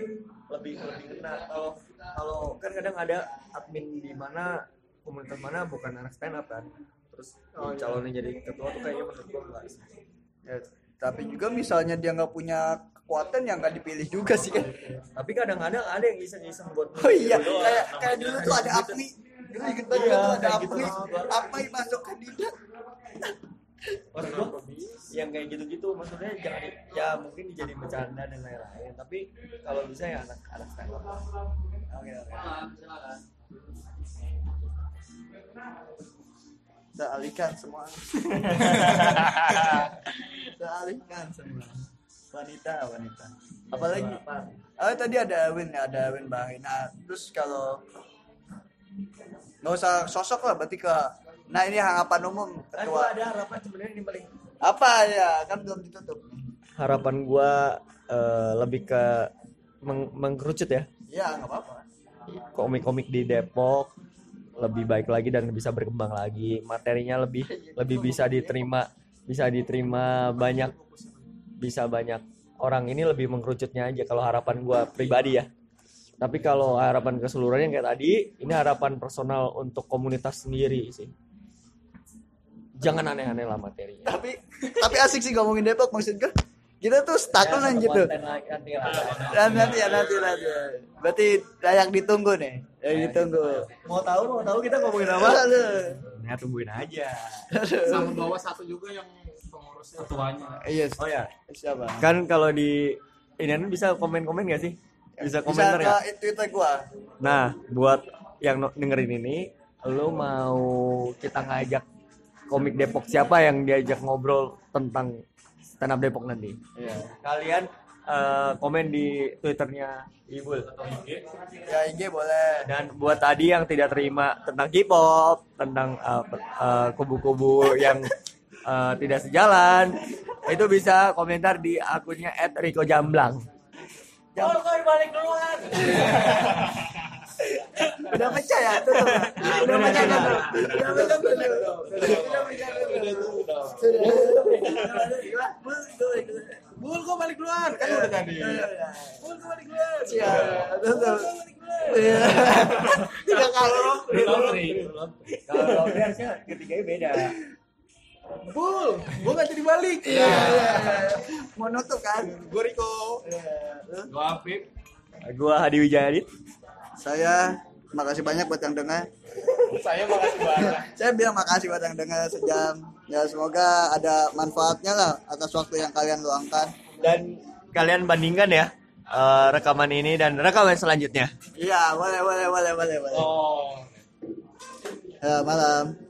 lebih lebih kena kalau kalau kan kadang ada admin di mana komunitas mana bukan anak stand up kan terus Oh, iya. calonnya jadi ketua tuh kayaknya menurut gua nggak sih. Ya, tapi juga misalnya dia nggak punya kekuatan yang nggak dipilih juga sih kan tapi kadang-kadang ada yang iseng-iseng buat Oh iya, doang. Gitu. kayak kayak dulu tuh ada Apni. Dulu inget banget Iya, dulu ada kayak gitu Apni. doang. Apni masuk kandidat. Maksud gua, yang kayak gitu-gitu maksudnya jangan di- ya mungkin dijadiin bercanda dan lain-lain tapi kalau bisa ya anak-anak stand up Oke, oke. Kita alihkan semua. Kita alihkan semua. Wanita, wanita. Apalagi Oh, tadi ada Win, ada Win Bahari. Nah, terus kalau nggak usah sosok lah, berarti ke Nah ini harapan umum kan ketua gua ada harapan sebenarnya ini paling apa ya kan belum ditutup harapan gua eh, lebih ke meng- mengkerucut ya ya nggak apa-apa komik-komik di Depok lebih baik lagi dan bisa berkembang lagi materinya lebih lebih bisa diterima bisa diterima banyak bisa banyak orang ini lebih mengkerucutnya aja kalau harapan gua pribadi ya tapi kalau harapan keseluruhannya kayak tadi ini harapan personal untuk komunitas sendiri sih jangan aneh-aneh lah materinya tapi tapi asik sih ngomongin Depok maksud gue kita tuh stuck Ya, kan satu gitu konten lagi, nanti lah. dan nanti ya nanti nanti berarti yang ditunggu nih yang ditunggu mau tahu mau tahu kita ngomongin apa Wah, lu. nah, tungguin aja sama bawa satu juga yang pengurusnya Ketuanya. iya oh ya siapa kan kalau di ini kan bisa komen-komen gak sih bisa komentar bisa ke ya Twitter gua nah buat yang no- dengerin ini lo mau kita ngajak komik Depok siapa yang diajak ngobrol tentang stand up Depok nanti kalian eh, komen di twitternya Ibul ya IG boleh dan buat tadi yang tidak terima tentang K-pop tentang eh, per- eh, kubu-kubu yang eh, tidak sejalan itu bisa komentar di akunnya @rikojamblang. Jam- balik duluan. udah pecah ya tuh tuh. udah pecah kan tuh. udah pecah tuh, tuh. udah pecah tuh, tuh. Sudah. Gila, bul, tuh, tuh. Bul, gua balik duluan. Kan udah tadi. Udah. Bul, gua balik duluan. Iya, tuh, tuh. Iya. tiga kali Kalau harusnya ketiganya beda. Bul, gua gak jadi balik. iya iya, iya. mau nutup kan Gua Riko. Iya. Lu? Gua Afif. Gua Hadi Wijaya Adit. saya makasih banyak buat yang dengar Saya makasih banyak. saya bilang makasih buat yang dengar sejam ya semoga ada manfaatnya lah atas waktu yang kalian luangkan dan kalian bandingkan ya eh, rekaman ini dan rekaman selanjutnya. Oh. iya boleh boleh boleh boleh boleh Oh. ya, malam